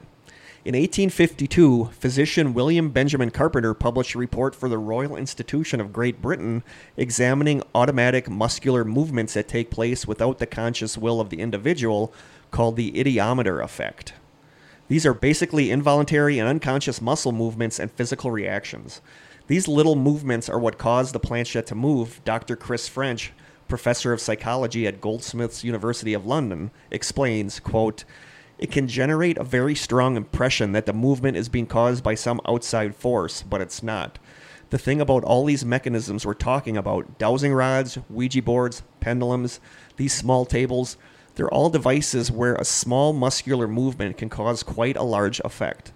In 1852, physician William Benjamin Carpenter published a report for the Royal Institution of Great Britain examining automatic muscular movements that take place without the conscious will of the individual, called the idiometer effect. These are basically involuntary and unconscious muscle movements and physical reactions. These little movements are what cause the planchette to move, Dr. Chris French, professor of psychology at Goldsmiths University of London, explains, quote, it can generate a very strong impression that the movement is being caused by some outside force, but it's not. The thing about all these mechanisms we're talking about dowsing rods, Ouija boards, pendulums, these small tables they're all devices where a small muscular movement can cause quite a large effect.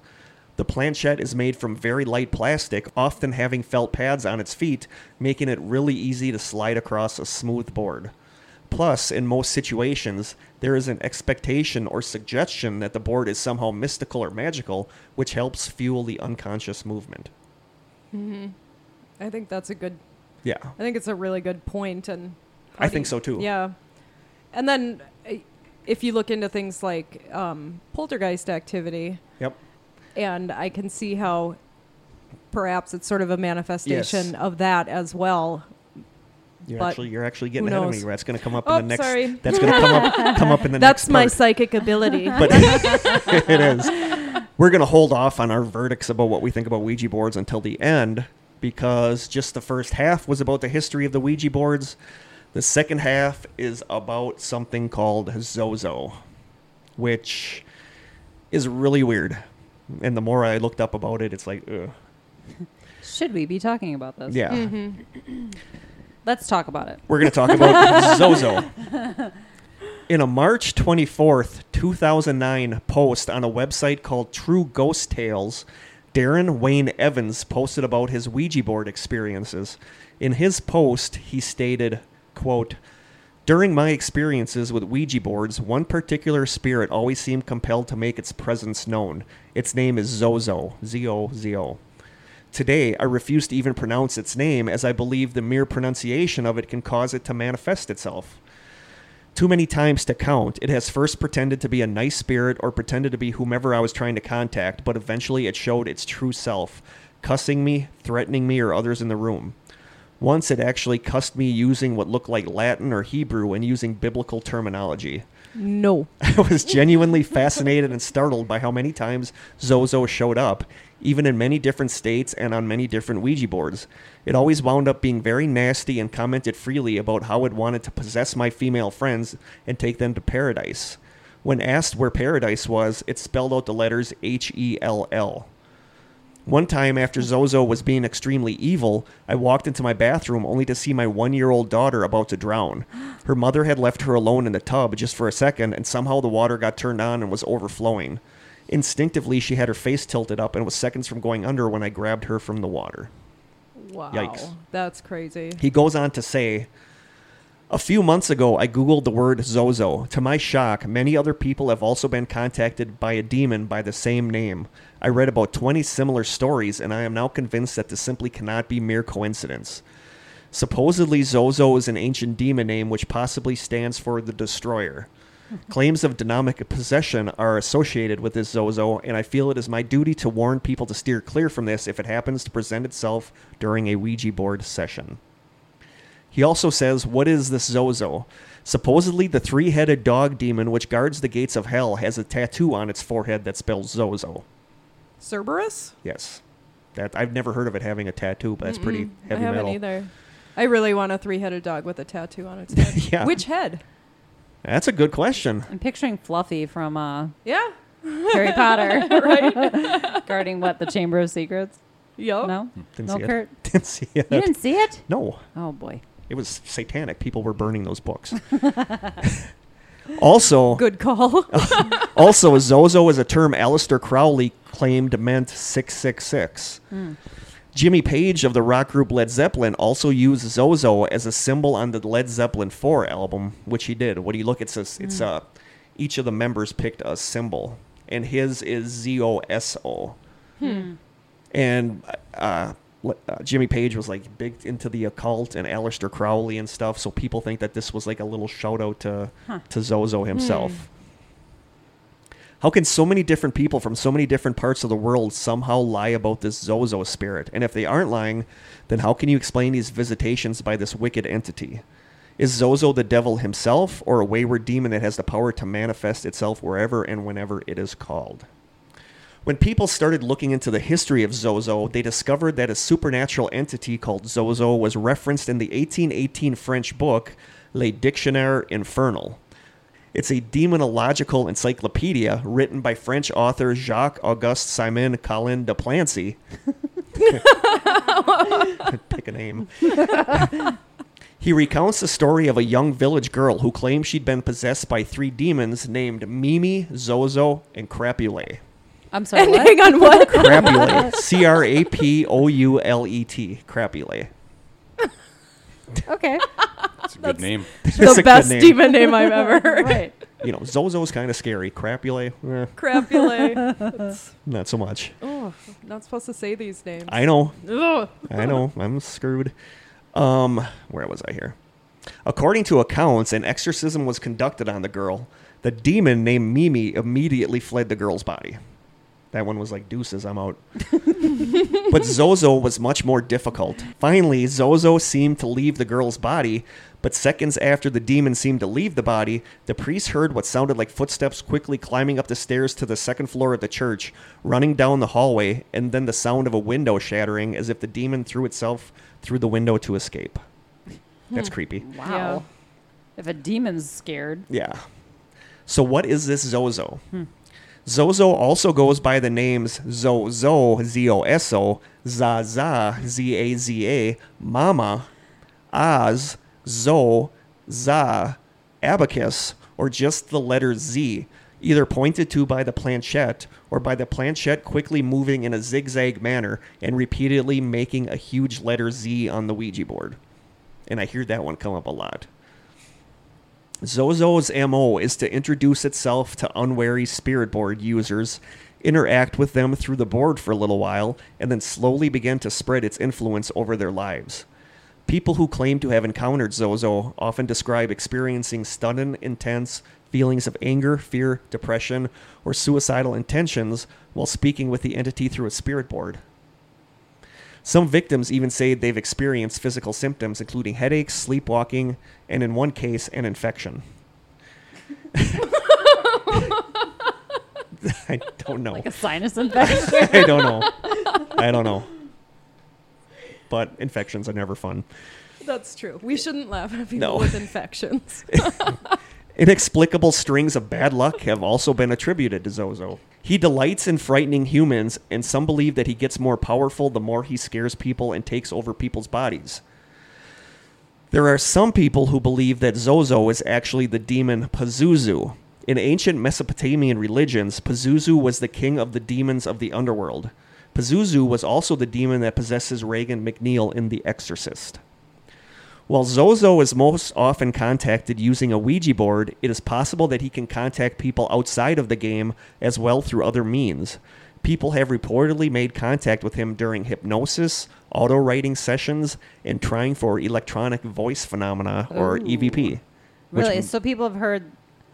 The planchette is made from very light plastic, often having felt pads on its feet, making it really easy to slide across a smooth board. Plus, in most situations, there is an expectation or suggestion that the board is somehow mystical or magical, which helps fuel the unconscious movement. I think that's a good. Yeah. I think it's a really good point, and I think so too. Yeah, and then uh, if you look into things like um, poltergeist activity, Yep. and I can see how perhaps it's sort of a manifestation of that as well. You're But actually you're actually getting who ahead of me. knows? That's going to come up Oh, in the next sorry. that's going to come up come up in the That's next my part. psychic ability. but it is. We're going to hold off on our verdicts about what we think about Ouija boards until the end because just the first half was about the history of the Ouija boards. The second half is about something called Zozo, which is really weird. And the more I looked up about it, it's like, ugh. Should we be talking about this? yeah. Mm-hmm. Let's talk about it. We're going to talk about Zozo. In a March 24th, 2009 post on a website called True Ghost Tales, Darren Wayne Evans posted about his Ouija board experiences. In his post, he stated, quote, during my experiences with Ouija boards, one particular spirit always seemed compelled to make its presence known. Its name is Zozo, Z-O-Z-O. Today, I refuse to even pronounce its name as I believe the mere pronunciation of it can cause it to manifest itself. Too many times to count, it has first pretended to be a nice spirit or pretended to be whomever I was trying to contact, but eventually it showed its true self, cussing me, threatening me, or others in the room. Once it actually cussed me using what looked like Latin or Hebrew and using biblical terminology. no. I was genuinely fascinated and startled by how many times Zozo showed up, even in many different states and on many different Ouija boards. It always wound up being very nasty and commented freely about how it wanted to possess my female friends and take them to paradise. When asked where paradise was, it spelled out the letters H E L L. One time, after Zozo was being extremely evil, I walked into my bathroom only to see my one year old daughter about to drown. Her mother had left her alone in the tub just for a second, and somehow the water got turned on and was overflowing. Instinctively, she had her face tilted up and was seconds from going under when I grabbed her from the water. Wow. Yikes. That's crazy. He goes on to say, a few months ago, I Googled the word Zozo. To my shock, many other people have also been contacted by a demon by the same name. I read about 20 similar stories, and I am now convinced that this simply cannot be mere coincidence. Supposedly, Zozo is an ancient demon name which possibly stands for the destroyer. Claims of demonic possession are associated with this Zozo, and I feel it is my duty to warn people to steer clear from this if it happens to present itself during a Ouija board session. He also says, What is this Zozo? Supposedly, the three headed dog demon which guards the gates of hell has a tattoo on its forehead that spells Zozo. Cerberus? Yes. That I've never heard of it having a tattoo, but that's pretty heavy I haven't metal. either. I really want a three-headed dog with a tattoo on its head. Yeah. Which head? That's a good question. I'm picturing Fluffy from uh, Yeah. Harry Potter Right. guarding what the Chamber of Secrets. yep. No, Didn't no, see Kurt, it. Didn't see it. you didn't see it. No, Oh boy, it was satanic. People were burning those books. also, Good call. also Zozo is a term Aleister Crowley claimed meant 666. Jimmy Page of the rock group Led Zeppelin also used Zozo as a symbol on the Led Zeppelin 4 album, which he did. What do you look? It's a, it's uh each of the members picked a symbol, and his is Z O S O. And uh, Le- uh, Jimmy Page was like big into the occult and Aleister Crowley and stuff, so people think that this was like a little shout out to Huh. to Zozo himself. How can so many different people from so many different parts of the world somehow lie about this Zozo spirit? And if they aren't lying, then how can you explain these visitations by this wicked entity? Is Zozo the devil himself or a wayward demon that has the power to manifest itself wherever and whenever it is called? When people started looking into the history of Zozo, they discovered that a supernatural entity called Zozo was referenced in the 1818 French book Le Dictionnaire Infernal. It's a demonological encyclopedia written by French author Jacques Auguste Simon Colin de Plancy. Pick a name. He recounts the story of a young village girl who claimed she'd been possessed by three demons named Mimi, Zozo, and Crapule. I'm sorry. and what? hang on, what? Crapule. C R A P O U L E T. Crapule. Okay, It's a good name. It's a the good best name. demon name I've ever heard. right. You know, Zozo's kind of scary. Crapule, eh, Crapule. not so much. oh, not supposed to say these names. I know. Ugh. I know. I'm screwed. Um, where was I here? According to accounts, an exorcism was conducted on the girl. The demon named Mimi immediately fled the girl's body. That one was like deuces, I'm out. but Zozo was much more difficult. Finally, Zozo seemed to leave the girl's body, but seconds after the demon seemed to leave the body, the priest heard what sounded like footsteps quickly climbing up the stairs to the second floor of the church, running down the hallway, and then the sound of a window shattering as if the demon threw itself through the window to escape. That's creepy. Wow. If a demon's scared, Yeah. So what is this Zozo? Zozo also goes by the names Zozo, Z-O-S-O, Zaza, Z-A-Z-A, Mama, Oz, Zo, Za, Abacus, or just the letter Z, either pointed to by the planchette or by the planchette quickly moving in a zigzag manner and repeatedly making a huge letter Z on the Ouija board. And I hear that one come up a lot. Zozo's MO is to introduce itself to unwary spirit board users, interact with them through the board for a little while, and then slowly begin to spread its influence over their lives. People who claim to have encountered Zozo often describe experiencing sudden, intense feelings of anger, fear, depression, or suicidal intentions while speaking with the entity through a spirit board. Some victims even say they've experienced physical symptoms, including headaches, sleepwalking, and in one case, an infection. I don't know. like a sinus infection. I don't know. I don't know. But infections are never fun. That's true. We shouldn't laugh at people No. with infections. Inexplicable strings of bad luck have also been attributed to Zozo. He delights in frightening humans, and some believe that he gets more powerful the more he scares people and takes over people's bodies. There are some people who believe that Zozo is actually the demon Pazuzu. In ancient Mesopotamian religions, Pazuzu was the king of the demons of the underworld. Pazuzu was also the demon that possesses Reagan McNeil in The Exorcist. While Zozo is most often contacted using a Ouija board, it is possible that he can contact people outside of the game as well through other means. People have reportedly made contact with him during hypnosis, auto writing sessions, and trying for electronic voice phenomena or Ooh. EVP. which- really? So people have heard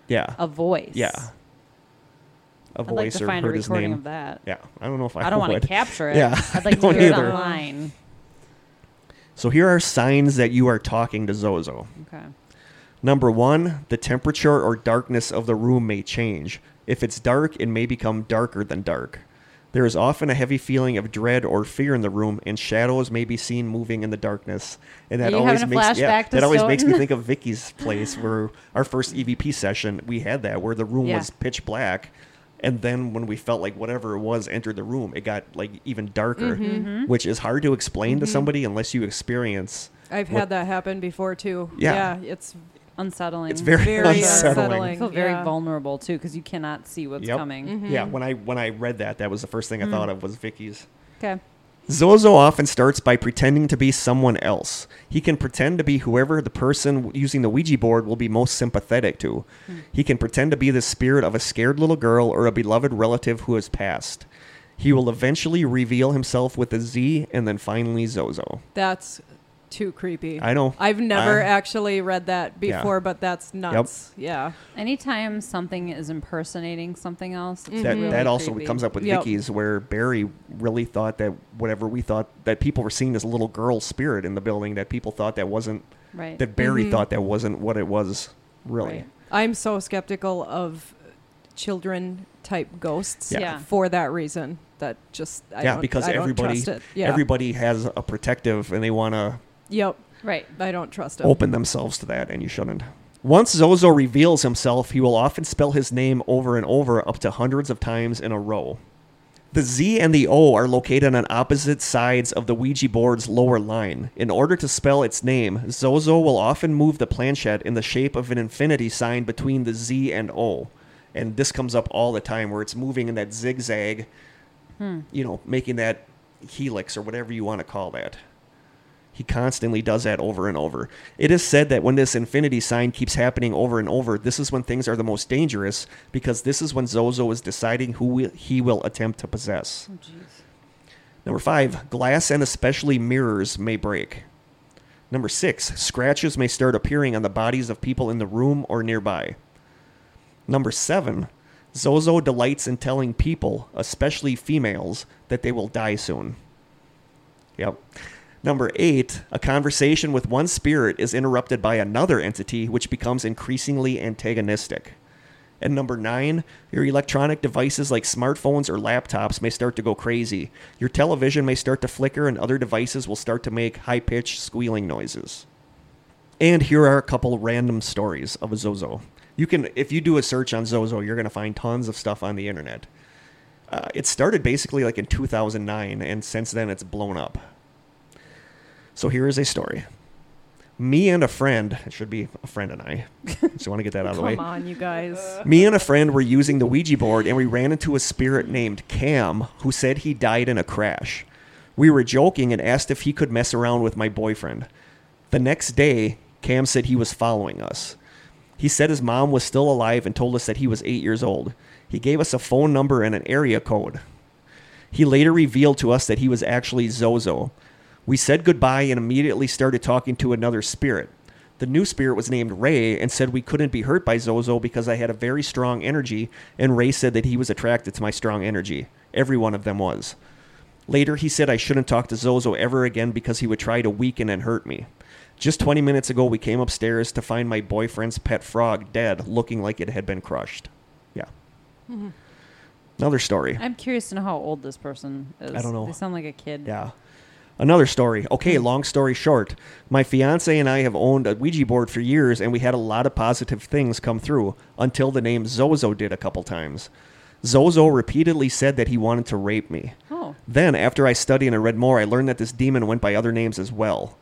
yeah. a voice. yeah. A I'd like voice to or find a heard his recording name. of that. Yeah. I don't know if I, I don't want would. to capture it. Yeah, I'd like to don't hear either. it online. So here are signs that you are talking to Zozo. Okay. Number one, the temperature or darkness of the room may change. If it's dark, it may become darker than dark. There is often a heavy feeling of dread or fear in the room, and shadows may be seen moving in the darkness. And that Are you always having a makes yeah, flashback to that always makes me Stoughton? think of Vicky's place where our first EVP session we had that where the room Yeah. was pitch black. And then when we felt like whatever it was entered the room, it got like even darker, Mm-hmm. which is hard to explain to somebody unless you experience. I've What- had that happen before too. Yeah. it's unsettling. It's very, Very unsettling. I unsettling. feel very Yeah. vulnerable too because you cannot see what's Yep. coming. Yeah, when I when I read that, that was the first thing Mm. I thought of was Vicky's. Okay. Zozo often starts by pretending to be someone else. He can pretend to be whoever the person w- using the Ouija board will be most sympathetic to. Hmm. He can pretend to be the spirit of a scared little girl or a beloved relative who has passed. He will eventually reveal himself with a Z and then finally Zozo. that's too creepy. I know. I've never I- actually read that Yeah. before, but that's nuts. Yeah. Anytime something is impersonating something else, it's that Mm-hmm. really that also creepy. comes up with Yep. Vicky's, where Barry really thought that whatever we thought that people were seeing this little girl spirit in the building that people thought that wasn't right. that Barry thought that wasn't what it was really. Right. I'm so skeptical of children type ghosts Yeah. Yeah. for that reason. That just I yeah, don't, because I don't everybody trust it. Yeah. everybody has a protective and they want to yep. right. I don't trust it. open themselves to that and you shouldn't. Once Zozo reveals himself, he will often spell his name over and over up to hundreds of times in a row. The Z and the O are located on opposite sides of the Ouija board's lower line. In order to spell its name, Zozo will often move the planchette in the shape of an infinity sign between the Z and O. And this comes up all the time where it's moving in that zigzag, you know, making that helix or whatever you want to call that. He constantly does that over and over. It is said that when this infinity sign keeps happening over and over, this is when things are the most dangerous because this is when Zozo is deciding who wi- he will attempt to possess. Oh, jeez. Number five, glass and especially mirrors may break. Number six, scratches may start appearing on the bodies of people in the room or nearby. Number seven, Zozo delights in telling people, especially females, that they will die soon. Yep. Number eight, a conversation with one spirit is interrupted by another entity, which becomes increasingly antagonistic. And number nine, your electronic devices like smartphones or laptops may start to go crazy. Your television may start to flicker, and other devices will start to make high pitched squealing noises. And here are a couple random stories of a Zozo. You can, if you do a search on Zozo, you're going to find tons of stuff on the internet. Uh, it started basically like in 2009, and since then it's blown up. So here is a story. Me and a friend, it should be a friend and I. Just want to get that out of the way. Come on, you guys. Me and a friend were using the Ouija board and we ran into a spirit named Cam who said he died in a crash. We were joking and asked if he could mess around with my boyfriend. The next day, Cam said he was following us. He said his mom was still alive and told us that he was eight years old. He gave us a phone number and an area code. He later revealed to us that he was actually Zozo. We said goodbye and immediately started talking to another spirit. The new spirit was named Ray and said we couldn't be hurt by Zozo because I had a very strong energy, and Ray said that he was attracted to my strong energy. Every one of them was. Later, he said I shouldn't talk to Zozo ever again because he would try to weaken and hurt me. Just 20 minutes ago, we came upstairs to find my boyfriend's pet frog dead, looking like it had been crushed. Yeah. Another story. I'm curious to know how old this person is. I don't know. They sound like a kid. Yeah. Another story. Okay, long story short. My fiance and I have owned a Ouija board for years and we had a lot of positive things come through until the name Zozo did a couple times. Zozo repeatedly said that he wanted to rape me. Oh. Then, after I studied and read more, I learned that this demon went by other names as well.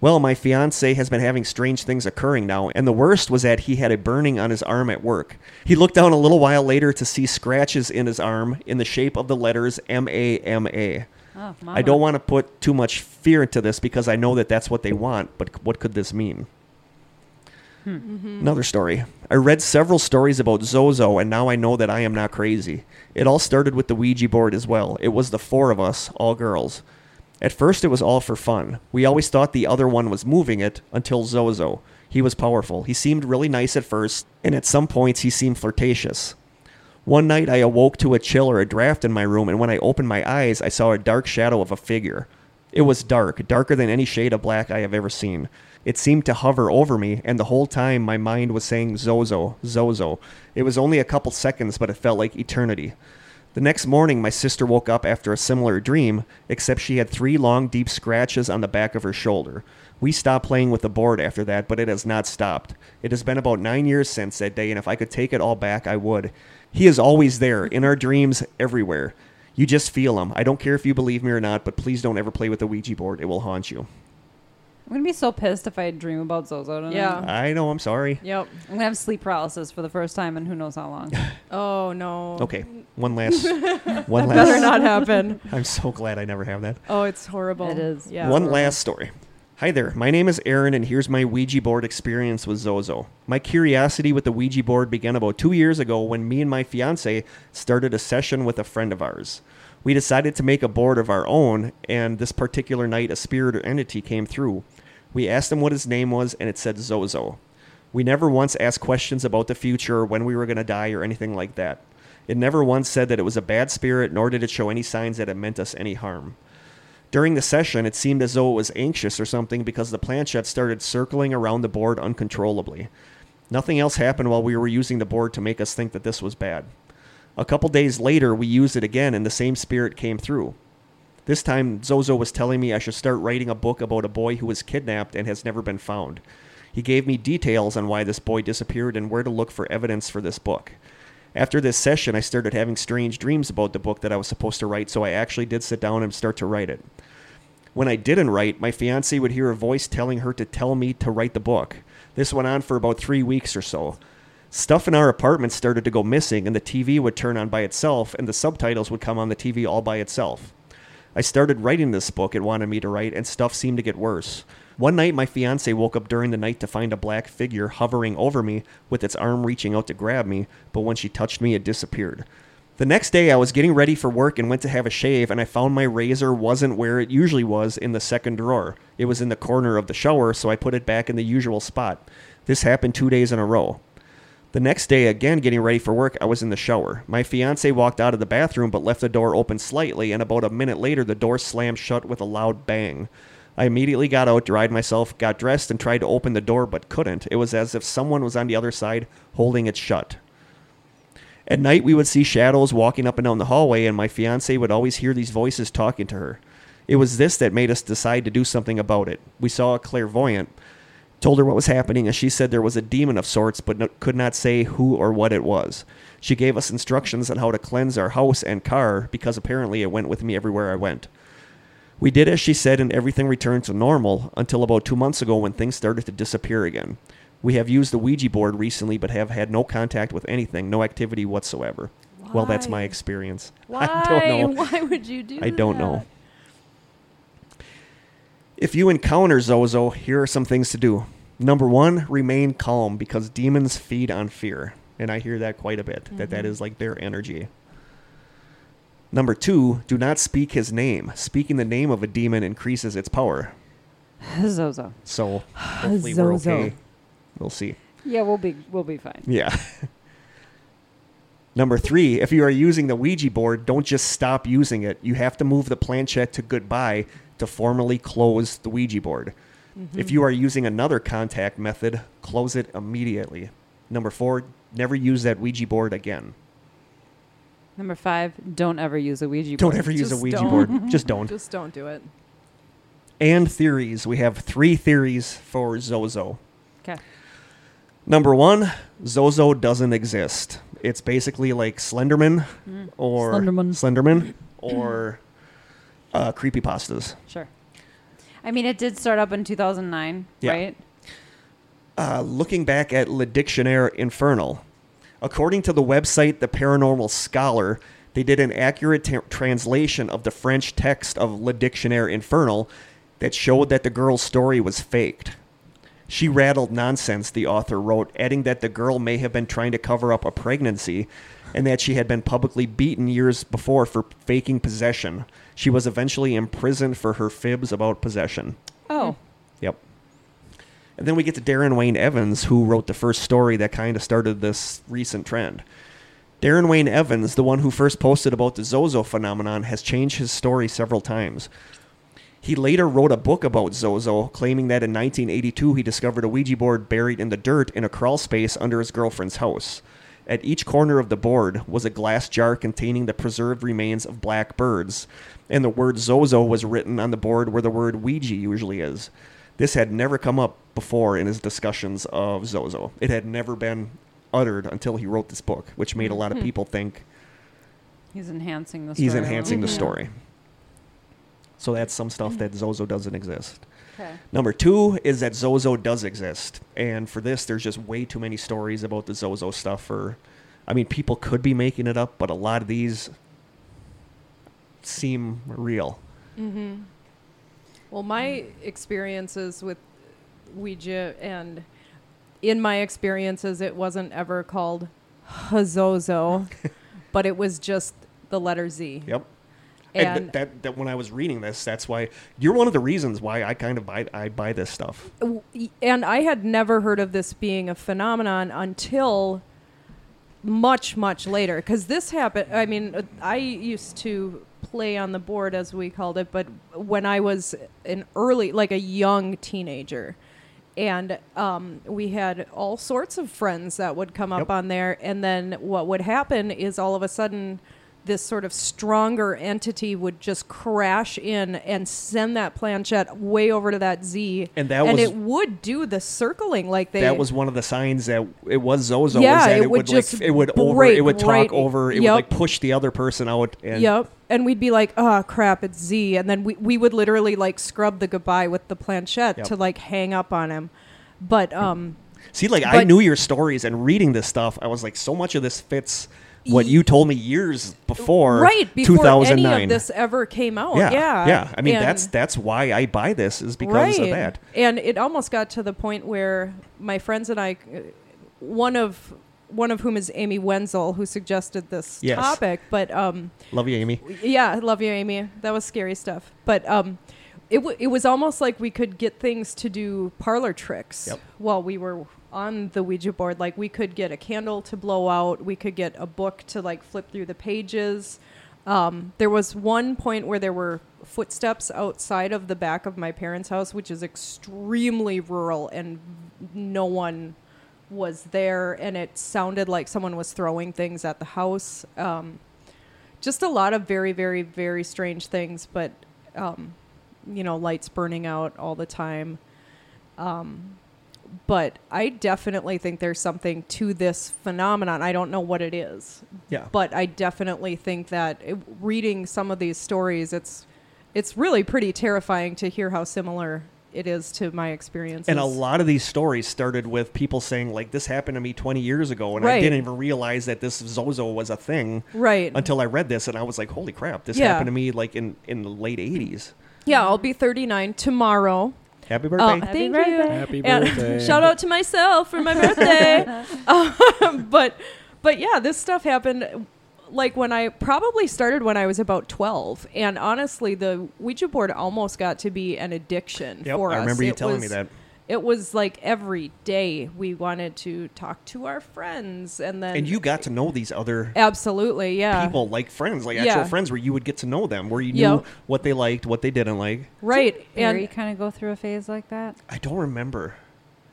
Well, my fiance has been having strange things occurring now, and the worst was that he had a burning on his arm at work. He looked down a little while later to see scratches in his arm in the shape of the letters M A M A. Oh, I don't want to put too much fear into this because I know that that's what they want, but c- what could this mean? Another story. I read several stories about Zozo, and now I know that I am not crazy. It all started with the Ouija board as well. It was the four of us, all girls. At first, it was all for fun. We always thought the other one was moving it until Zozo. He was powerful. He seemed really nice at first, and at some points, he seemed flirtatious. One night I awoke to a chill or a draft in my room, and when I opened my eyes, I saw a dark shadow of a figure. It was dark, darker than any shade of black I have ever seen. It seemed to hover over me, and the whole time my mind was saying Zozo, Zozo. It was only a couple seconds, but it felt like eternity. The next morning, my sister woke up after a similar dream, except she had three long, deep scratches on the back of her shoulder. We stopped playing with the board after that, but it has not stopped. It has been about nine years since that day, and if I could take it all back, I would. He is always there, in our dreams, everywhere. You just feel him. I don't care if you believe me or not, but please don't ever play with the Ouija board. It will haunt you. I'm gonna be so pissed if I dream about Zozo tonight. Yeah. I know, I'm sorry. Yep. I'm gonna have sleep paralysis for the first time in who knows how long. Oh no. Okay, one last. One Better last. not happen. I'm so glad I never have that. Oh, it's horrible. It is. Yeah. One last story. Hi there, my name is Aaron, and here's my Ouija board experience with Zozo. My curiosity with the Ouija board began about two years ago when me and my fiance started a session with a friend of ours. We decided to make a board of our own, and this particular night, a spirit or entity came through. We asked him what his name was, and it said Zozo. We never once asked questions about the future, when we were going to die, or anything like that. It never once said that it was a bad spirit, nor did it show any signs that it meant us any harm. During the session, it seemed as though it was anxious or something because the planchette started circling around the board uncontrollably. Nothing else happened while we were using the board to make us think that this was bad. A couple days later, we used it again and the same spirit came through. This time, Zozo was telling me I should start writing a book about a boy who was kidnapped and has never been found. He gave me details on why this boy disappeared and where to look for evidence for this book. After this session, I started having strange dreams about the book that I was supposed to write, so I actually did sit down and start to write it. When I didn't write, my fiancee would hear a voice telling her to tell me to write the book. This went on for about three weeks or so. Stuff in our apartment started to go missing, and the TV would turn on by itself, and the subtitles would come on the TV all by itself. I started writing this book it wanted me to write, and stuff seemed to get worse. One night, my fiance woke up during the night to find a black figure hovering over me with its arm reaching out to grab me, but when she touched me, it disappeared. The next day, I was getting ready for work and went to have a shave, and I found my razor wasn't where it usually was in the second drawer. It was in the corner of the shower, so I put it back in the usual spot. This happened two days in a row. The next day, again getting ready for work, I was in the shower. My fiance walked out of the bathroom but left the door open slightly, and about a minute later, the door slammed shut with a loud bang. I immediately got out, dried myself, got dressed, and tried to open the door but couldn't. It was as if someone was on the other side holding it shut. At night, we would see shadows walking up and down the hallway, and my fiance would always hear these voices talking to her. It was this that made us decide to do something about it. We saw a clairvoyant, told her what was happening, and she said there was a demon of sorts, but no, could not say who or what it was. She gave us instructions on how to cleanse our house and car because apparently it went with me everywhere I went. We did as she said, and everything returned to normal until about two months ago when things started to disappear again. We have used the Ouija board recently, but have had no contact with anything, no activity whatsoever. Well, that's Why? my experience. Why? I don't know. Why would you do? I don't know. that? If you encounter Zozo, here are some things to do. Number one, remain calm because demons feed on fear. And I hear that quite a bit, that that is like their energy. Number two, do not speak his name. Speaking the name of a demon increases its power. Zozo. So hopefully we're Zozo. okay. We'll see. Yeah, we'll be we'll be fine. Yeah. Number three, if you are using the Ouija board, don't just stop using it. You have to move the planchette to goodbye to formally close the Ouija board. Mm-hmm. If you are using another contact method, close it immediately. Number four, never use that Ouija board again. Number five, don't ever use a Ouija board. Don't ever use a Just Ouija don't. board. Just don't. Just don't do it. And theories. We have three theories for Zozo. Okay. Number one, Zozo doesn't exist. It's basically like Slenderman or Slenderman. Slenderman or uh, creepypastas. Sure. I mean, it did start up in 2009, Yeah. right? Uh, looking back at Le Dictionnaire Infernal, according to the website The Paranormal Scholar, they did an accurate t- translation of the French text of Le Dictionnaire Infernal that showed that the girl's story was faked. She rattled nonsense, the author wrote, adding that the girl may have been trying to cover up a pregnancy and that she had been publicly beaten years before for faking possession. She was eventually imprisoned for her fibs about possession. Oh, Yep. And then we get to Darren Wayne Evans, who wrote the first story that kind of started this recent trend. Darren Wayne Evans, the one who first posted about the Zozo phenomenon, has changed his story several times. He later wrote a book about Zozo, claiming that in 1982 he discovered a Ouija board buried in the dirt in a crawl space under his girlfriend's house. At each corner of the board was a glass jar containing the preserved remains of black birds, and the word Zozo was written on the board where the word Ouija usually is. This had never come up before in his discussions of Zozo. It had never been uttered until he wrote this book, which made a lot of people think He's enhancing Mm-hmm. the story. Mm-hmm. he's a little enhancing the bit. story. So that's some stuff Mm-hmm. that Zozo doesn't exist. Okay. Number two is that Zozo does exist. And for this, there's just way too many stories about the Zozo stuff. For, I mean, people could be making it up, but a lot of these seem real. Well, my experiences with Ouija and in my experiences, it wasn't ever called Hazozo, but it was just the letter Z. Yep. And, And th- that, that when I was reading this, that's why you're one of the reasons why I kind of buy I buy this stuff. w- and I had never heard of this being a phenomenon until much much later because this happened i mean uh, i used to play on the board as we called it but when i was an early like a young teenager and um, we had all sorts of friends that would come up Yep. on there and then what would happen is all of a sudden this sort of stronger entity would just crash in and send that planchette way over to that z And that was- it would do the circling like they that was one of the signs that it was Zozo. Yeah, was that it like, would just it would over, break it would talk right- over, it yep. would like push the other person out. And yep. And we'd be like, oh, crap, it's Z. And then we, we would literally like scrub the goodbye with the planchette Yep. to like hang up on him. But um, See, like I But- knew your stories and reading this stuff, I was like, so much of this fits what you told me years before, right before any 2009. of this ever came out. yeah, Yeah. yeah, I mean, And- that's that's why I buy this is because of that. And it almost got to the point where my friends and I, uh, one of one of whom is Amy Wenzel, who suggested this Yes. topic, but um, Love you, Amy. yeah, I love you, Amy. That was scary stuff. But um, it w- it was almost like we could get things to do parlor tricks Yep. while we were on the Ouija board. Like we could get a candle to blow out. We could get a book to like flip through the pages. Um, there was one point where there were footsteps outside of the back of my parents' house, which is extremely rural, and no one was there, and it sounded like someone was throwing things at the house. Um, just a lot of very very very strange things but um you know lights burning out all the time um but i definitely think there's something to this phenomenon i don't know what it is Yeah, but i definitely think that it, reading some of these stories it's it's really pretty terrifying to hear how similar it is to my experiences and a lot of these stories started with people saying like, this happened to me 20 years ago, and I Right. didn't even realize that this Zozo was a thing right until I read this, and I was like, holy crap, this Yeah. happened to me like in in the late 80s. yeah i'll be 39 tomorrow Happy Uh, birthday! Happy thank birthday. you. Happy And birthday. shout out to myself for my birthday. Um, but but yeah, this stuff happened like when I probably started when I was about 12. And honestly, the Ouija board almost got to be an addiction Yep, for us. I remember you It telling me was- that. It was like every day we wanted to talk to our friends and then And you got to know these other Absolutely, yeah. people like friends, like Yeah. actual friends, where you would get to know them, where you knew Yep. what they liked, what they didn't like. Right. Barry And kind of go through a phase like that. I don't remember.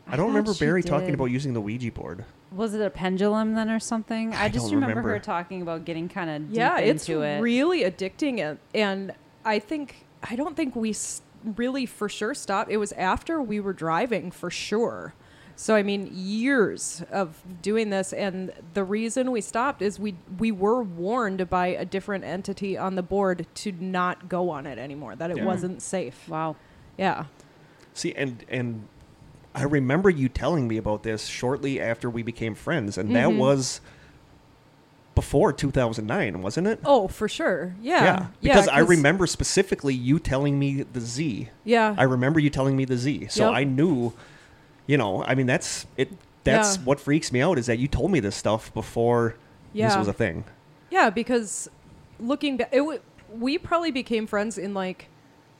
I, I don't thought remember she Barry talking did. about using the Ouija board. Was it a pendulum then or something? I, I just don't remember, her remember. talking about getting kind of deep yeah, it's into it. really addicting and, and I think I don't think we s- really for sure stopped. It was after we were driving for sure. So I mean years of doing this and the reason we stopped is we we were warned by a different entity on the board to not go on it anymore that it Yeah. wasn't safe. wow. Yeah. See, and and I remember you telling me about this shortly after we became friends, and Mm-hmm. that was before 2009, wasn't it? Oh, for sure. Yeah. because I 'cause- remember specifically you telling me the Z. Yeah. I remember you telling me the Z. So Yep. I knew, you know, I mean that's it that's Yeah. what freaks me out is that you told me this stuff before this Yeah. was a thing. Yeah, because looking back, it w- we probably became friends in like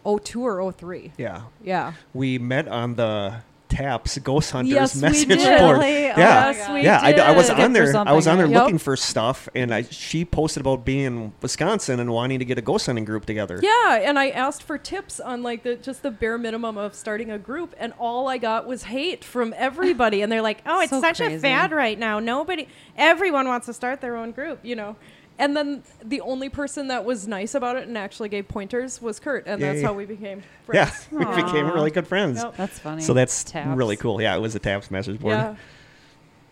02 or 03. Yeah. Yeah. We met on the Taps Ghost Hunters Yes, we message did. board. Really? Oh Yeah, my Yes, we yeah. I, d- I was did. Good on for there. I was something, on there right? Yep. looking for stuff, and I, she posted about being in Wisconsin and wanting to get a ghost hunting group together. Yeah, and I asked for tips on like the just the bare minimum of starting a group, and all I got was hate from everybody. And they're like, "Oh, it's So such a crazy. fad right now. Nobody, everyone wants to start their own group," you know. And then the only person that was nice about it and actually gave pointers was Kurt, and that's Yay. how we became Yeah, friends. we became Aw. really good friends. Yep. That's funny. So that's Taps. really cool. Yeah, it was a Taps message board. Yeah.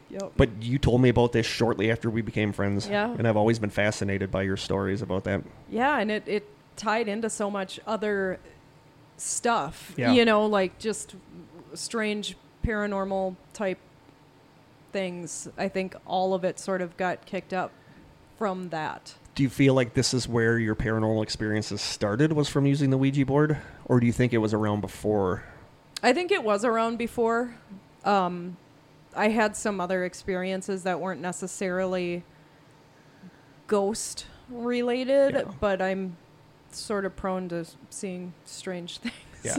Yep. But you told me about this shortly after we became friends. Yeah. And I've always been fascinated by your stories about that. Yeah, and it, it tied into so much other stuff. Yeah. You know, like just strange paranormal type things. I think all of it sort of got kicked up from that. Do you feel like this is where your paranormal experiences started was from using the Ouija board? Or do you think it was around before? I think it was around before. Um, I had some other experiences that weren't necessarily ghost related, Yeah. but I'm sort of prone to s- seeing strange things. Yeah.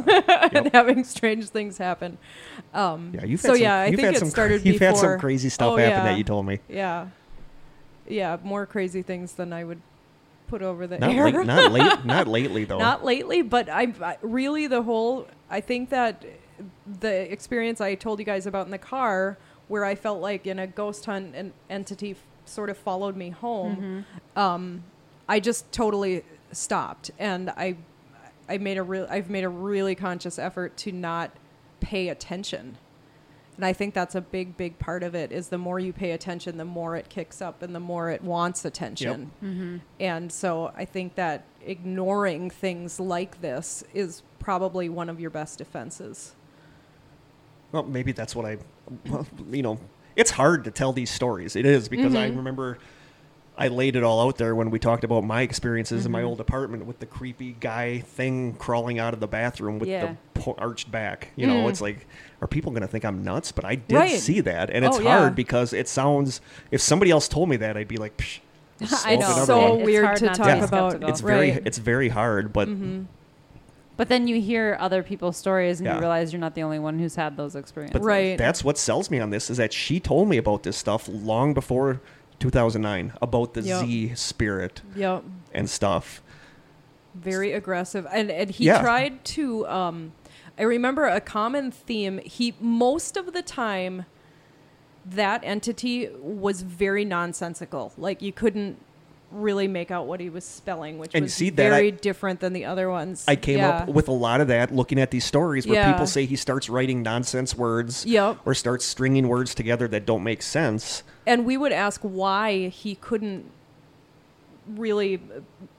and Yep. having strange things happen. Um, Yeah, you've had so some, yeah, I you've think had it some, cra- started You've before. had some crazy stuff Oh, happen yeah. that you told me. Yeah, yeah, more crazy things than I would put over the Not, air. late, not, late, not lately, though. Not lately, but I I- really the whole. I think that the experience I told you guys about in the car, where I felt like in a ghost hunt, an entity f- sort of followed me home. Mm-hmm, Um, I just totally stopped, and I, I made a real. I've made a really conscious effort to not pay attention. And I think that's a big, big part of it. Is the more you pay attention, the more it kicks up, and the more it wants attention. mm-hmm. And so I think that ignoring things like this is probably one of your best defenses. Well, maybe that's what I, well, you know, it's hard to tell these stories. It is because Mm-hmm. I remember I laid it all out there when we talked about my experiences in my Mm-hmm. old apartment with the creepy guy thing crawling out of the bathroom with Yeah. the po- arched back. You know, it's like, are people going to think I'm nuts? But I did Mm. Right. see that. And it's Oh, yeah. hard because it sounds, if somebody else told me that, I'd be like, Psh, just I open know. another so one." It's weird hard to not to talk be about. skeptical. It's very, Right. Mm-hmm. it's very hard, but But then you hear other people's stories and Yeah. you realize you're not the only one who's had those experiences. But Right. that's what sells me on this is that she told me about this stuff long before 2009 about the Yep. Z spirit Yep. and stuff. Very aggressive. And and he Yeah. tried to um I remember a common theme. He most of the time that entity was very nonsensical. Like you couldn't really make out what he was spelling, which And was see that I- very different than the other ones. I came up Yeah. with a lot of that looking at these stories where Yeah. people say he starts writing nonsense words Yep. or starts stringing words together that don't make sense. and we would ask why he couldn't really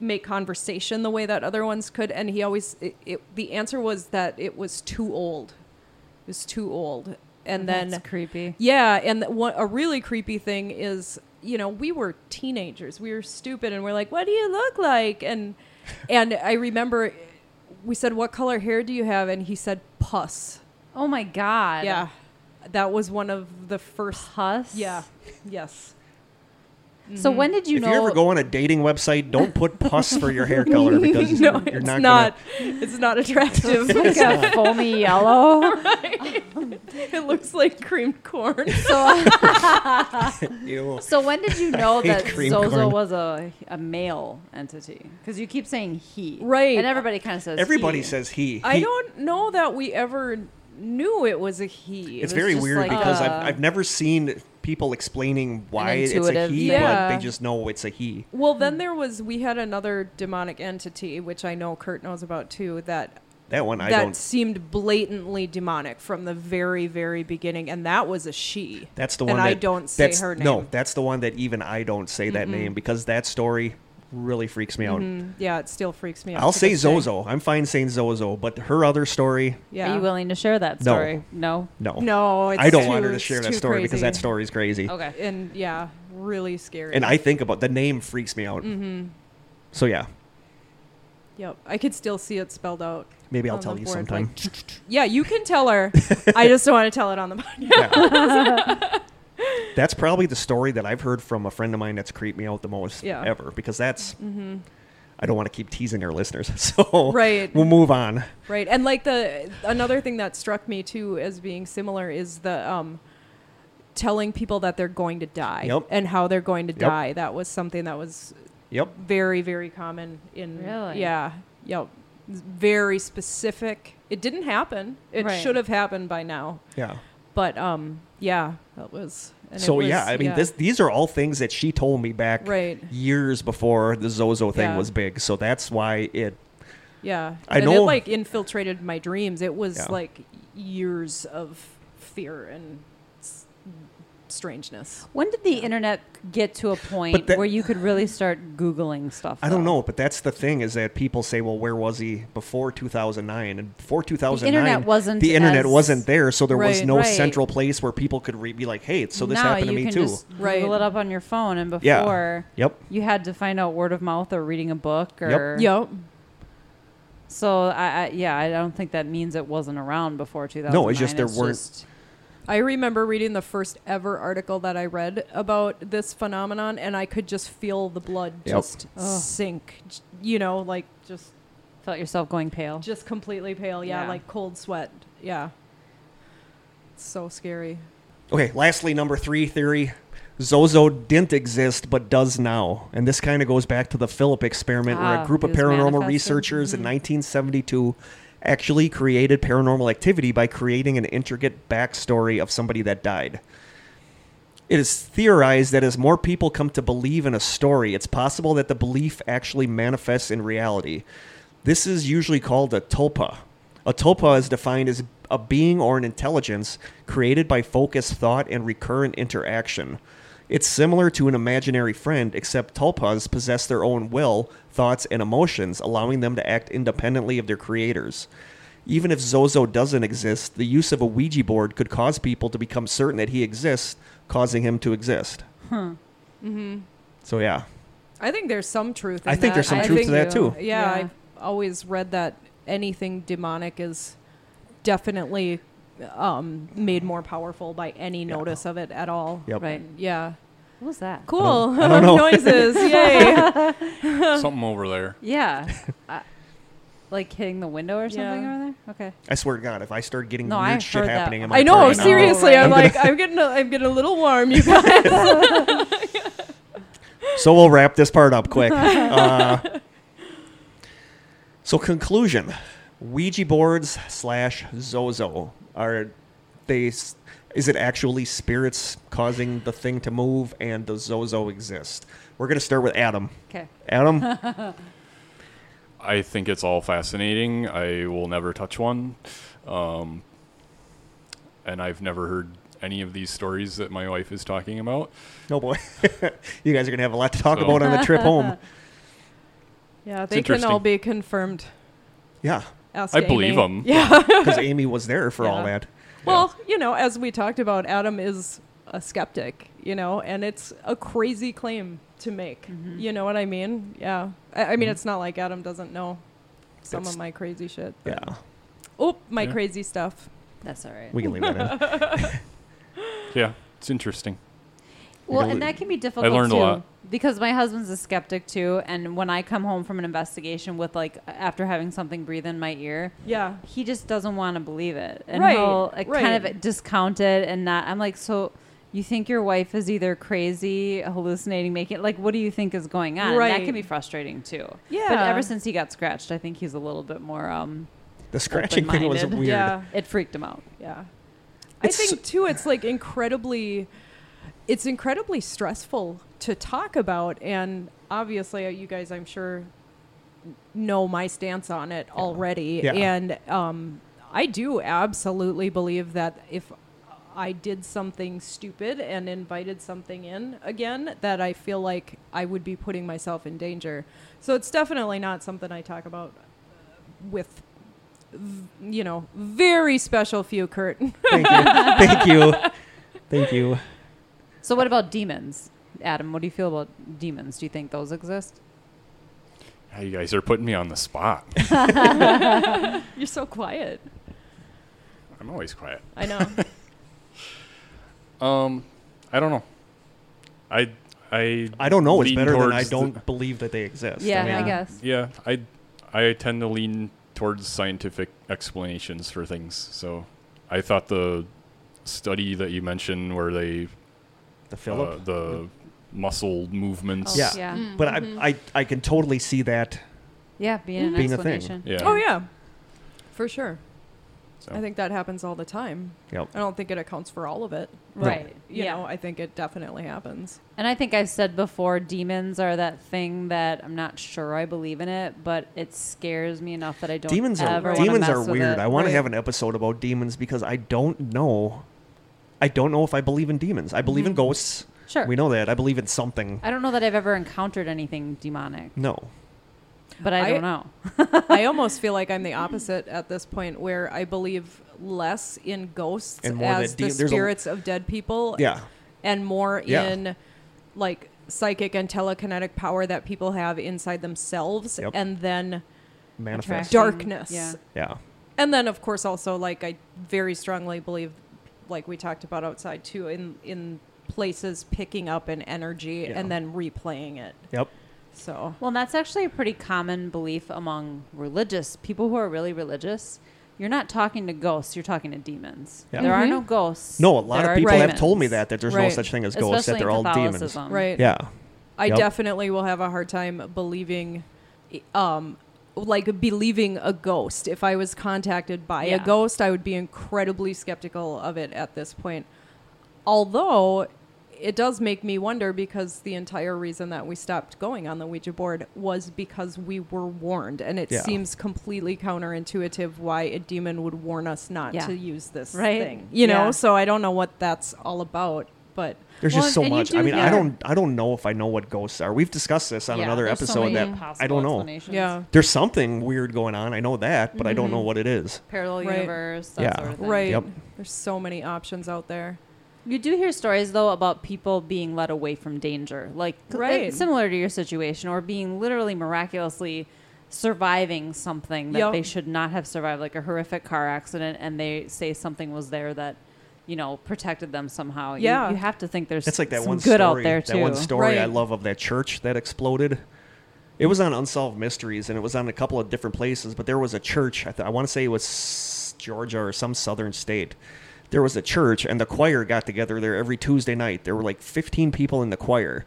make conversation the way that other ones could and he always it, it, the answer was that it was too old it was too old and then That's creepy. yeah, and th- what a really creepy thing is, you know, we were teenagers. We were stupid and we're like, "What do you look like?" And and I remember we said, "What color hair do you have?" and he said, "Pus." Oh my god. Yeah. That was one of the first Pus. Yeah. Yes. So when did you if know? you ever go on a dating website, don't put pus for your hair color because no, you're it's not, not, gonna- it's not attractive. like a foamy yellow. it looks like creamed corn. so, uh, Ew. so when did you know hate that cream Zozo corn. was a, a male entity? Because you keep saying he, Right. And everybody kind of says Everybody he. says he. I He- don't know that we ever knew it was a he. It It's was very just weird like because a- I've, I've never seen people explaining why it's a intuitive he, thing. but Yeah. they just know it's a he. Well, Hmm. then there was we had another demonic entity, which I know Kurt knows about too. That That one I that don't. seemed blatantly demonic from the very, very beginning, and that was a she. That's the and one I that- don't say that's- her name. No, that's the one that even I don't say that name because that story really freaks me out. Mm, yeah, it still freaks me out. I'll to say this day. Zozo. I'm fine saying Zozo, but her other story, Yeah. Are you willing to share that No. story? No. no. No, it's I don't too, want her to it's share that too story because crazy. that story's crazy. Okay. and yeah, really Mm-hmm. scary. And I think about the name freaks me out. So yeah, yep, I could still see it spelled out. maybe I'll on tell the you board, sometime. like, yeah, you can tell her. I just don't want to tell it on the podcast. Yeah. that's probably the story that I've heard from a friend of mine that's creeped me out the most Yeah. Mm-hmm. ever because that's I don't want to keep teasing our listeners. So Right. we'll move on. Right, and like the another thing that struck me too as being similar is the um, telling people that they're going to die Yep. and how they're going to Yep. die. That was something that was Yep. very very common in Really? yeah yep very specific. It didn't happen. It Right. should have happened by now, Yeah. but um yeah that was. And it so was- yeah, I mean this these are all things that she told me back Right. years before the Zozo thing Yeah. was big. So that's why it Yeah, I and it know- like infiltrated my dreams. It was Yeah. like years of fear and s- strangeness. When did the internet get to a point that- where you could really start Googling stuff? I don't though? know, but that's the thing is that people say, "Well, where was he before 2009?" And before 2009, internet wasn't the internet as- wasn't there, so there was Right, no right. central place where people could re- be like, "Hey, so this now happened to you me can too." Just Right. Google it up on your phone, and Yeah. before Yep. you had to find out word of mouth or reading a book or Yep. So I, I yeah, I don't think that means it wasn't around before 2009. just there weren't- I remember reading the first ever article that I read about this phenomenon, and I could just feel the blood Yep. just Ugh. sink. j- You know, like just felt yourself going pale. just completely pale. Yeah, Yeah. like cold sweat. Yeah. It's so scary. Okay, lastly, number three theory Zozo didn't exist but does now. And this kind of goes back to the Philip experiment where Ah, a group of he was paranormal manifesting. Mm-hmm. researchers in 1972 actually created paranormal activity by creating an intricate backstory of somebody that died. It is theorized that as more people come to believe in a story, it's possible that the belief actually manifests in reality. This is usually called a tulpa. A tulpa is defined as a being or an intelligence created by focused thought and recurrent interaction. It's similar to an imaginary friend, except tulpas possess their own will, thoughts, and emotions, allowing them to act independently of their creators. Even if Zozo doesn't exist, the use of a Ouija board could cause people to become certain that he exists, causing him to exist. So yeah, I think there's some truth. I In think that. there's some I truth think- to that too. you- Yeah, Yeah. I've always read that anything demonic is definitely um, made more powerful by any notice of it at all. Yep. Right. Yeah. What was that? Cool. I don't know. Noises. Yay. Something over there. Yeah. I, like hitting the window or something Yeah. over there? Okay. I swear to God, if I start getting No, I weird shit heard that. happening in my I know. apartment now- Seriously, right. I'm I'm like, I'm getting, a, I'm getting a little warm. You guys. so we'll wrap this part up quick. Uh, so conclusion: Ouija boards slash Zozo are they? s- Is it actually spirits causing the thing to move and the Zozo exist? We're gonna start with Adam. Okay. Adam, I think it's all fascinating. I will never touch one. Um, and I've never heard any of these stories that my wife is talking about. no Oh, boy, you guys are gonna have a lot to talk So- about on the trip home. Yeah, they can interesting. all be confirmed. Yeah, Ask I believe Amy. 'em. Yeah. because Amy was there for all Yeah. that. Well, you know, as we talked about, Adam is a skeptic, you know, and it's a crazy claim to make. You know what I mean? Yeah. I, I mean, it's not like Adam doesn't know some That's- of my crazy shit. Yeah, Oh, my Yeah. crazy stuff. That's all right. we can leave that in. Yeah, it's interesting. Well, Yeah, and we- that can be difficult. learned a too, lot. because my husband's a skeptic too, and when I come home from an investigation with like after having something breathe in my ear, Yeah. he just doesn't want to believe it, and Right, he'll like, kind right. of discount it and not. I'm like, so you think your wife is either crazy, hallucinating, making like what do you think is going on? And Right. that can be frustrating too. but Yeah. ever since he got scratched, I think he's a little bit more. um The scratching thing was Open-minded. weird. Yeah. It freaked him out. Yeah. It's I think too it's like incredibly it's incredibly stressful to talk about and obviously uh, you guys I'm sure know my stance on it already Yeah. and um I do absolutely believe that if I did something stupid and invited something in again that I feel like I would be putting myself in danger. So it's definitely not something I talk about uh, with v- you know, very special few Kurt. Thank you. Thank you. Thank you. So what about demons, Adam? What do you feel about demons? Do you think those exist? Yeah, you guys are putting me on the spot. You're so quiet. I'm always quiet. I know. Um, I don't know. I I I I don't know. It's lean better than I towards the- don't believe that they exist. Yeah, I mean, I guess. yeah, I I tend to lean towards scientific explanations for things. So I thought the study that you mentioned where they the Philip. uh, the muscle movements. Yeah. Yeah. but Mm-hmm. I, I I can totally see that. Yeah, being an Being a thing. explanation. Yeah. Oh yeah, for sure. So. I think that happens all the time. Yep. I don't think it accounts for all of it. but, Right. You yeah. know, I think it definitely happens. And I think I've said before, demons are that thing that I'm not sure I believe in it, but it scares me enough that I don't demons ever are wanna demons mess are with weird. it. I want Right. to have an episode about demons because I don't know. I don't know if I believe in demons. I believe in ghosts. Mm-hmm. Sure. We know that. I believe in something. I don't know that I've ever encountered anything demonic, No. but I, I- don't know. I almost feel like I'm the opposite at this point, where I believe less in ghosts And more as that de- the there's a- spirits of dead people, Yeah. and more Yeah. in like psychic and telekinetic power that people have inside themselves, Yep. and then Manifest. Attract- darkness. Yeah. Yeah. And then, of course, also like I very strongly believe, like we talked about outside too, in in places picking up an energy Yeah. and then replaying it. Yep. So Well, and that's actually a pretty common belief among religious people who are really religious. You're not talking to ghosts; you're talking to demons. Yeah. There are Mhm. no ghosts. No, a lot there of are people have demons. told me that that there's no Right. such thing as Especially ghosts. That in they're all demons. Catholicism. right, Yeah. I Yep. definitely will have a hard time believing, um, like believing a ghost. If I was contacted by Yeah. a ghost, I would be incredibly skeptical of it at this point. Although it does make me wonder because the entire reason that we stopped going on the Ouija board was because we were warned, and it Yeah. seems completely counterintuitive why a demon would warn us not Yeah. to use this Right? thing. You Yeah. know, so I don't know what that's all about, but. There's Well, just so and you much. do I mean, I hear- don't I don't know if I know what ghosts are. We've discussed this on Yeah, another there's so episode many that possible I don't know. explanations. Yeah. There's something weird going on. I know that, but I don't know Mm-hmm. what it is. Parallel Right. universe. That Yeah. Sort of thing. Right. Yep. There's so many options out there. You do hear stories though about people being led away from danger, like uh, Right. similar to your situation, or being literally miraculously surviving something that Yep. they should not have survived, like a horrific car accident, and they say something was there that you know protected them somehow. You- Yeah. you, have to think there's That's like that some one good story, out there too. That one story I Right. love of that church that exploded. It was on Unsolved Mysteries, and it was on a couple of different places. But there was a church. I, th- I want to say it was s- Georgia or some southern state. There was a church, and the choir got together there every Tuesday night. There were like 15 people in the choir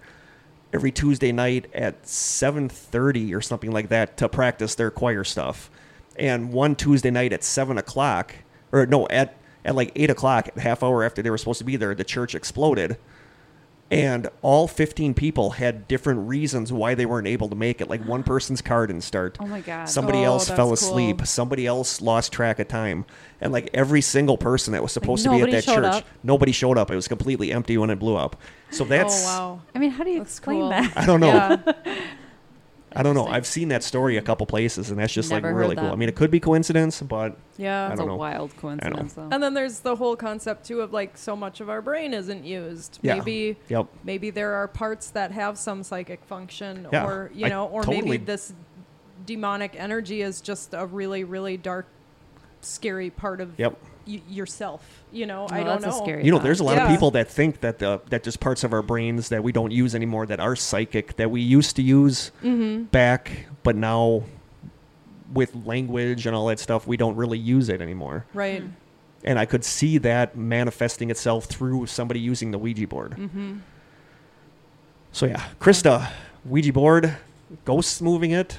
every Tuesday night at 7:30 or something like that to practice their choir stuff. And one Tuesday night at seven o'clock, or no, at at like eight o'clock, a half hour after they were supposed to be there, the church exploded and all 15 people had different reasons why they weren't able to make it like one person's car didn't start Oh my God. somebody Oh, else that's fell cool. asleep somebody else lost track of time and like every single person that was supposed to be nobody at that showed church up? nobody showed up it was completely empty when it blew up so that's oh wow. I mean, how do you That's explain cool. that? i don't know Yeah. i don't know Interesting. i've seen that story a couple places and that's just Never like heard really cool that. i mean it could be coincidence but yeah. I That's don't a know. wild coincidence. Though. And then there's the whole concept too of like so much of our brain isn't used. yeah Maybe yep maybe there are parts that have some psychic function Yeah, or you I know, or totally- maybe this demonic energy is just a really, really dark scary part of yep y- yourself. You know, Oh, I don't that's know. a scary. You know, there's a thought. lot of Yeah. people that think that the that there's parts of our brains that we don't use anymore that are psychic that we used to use Mm-hmm. back, but now with language and all that stuff, we don't really use it anymore. Right. Hmm. And I could see that manifesting itself through somebody using the Ouija board. Mm-hmm. So yeah, Krista, Ouija board, ghosts moving it.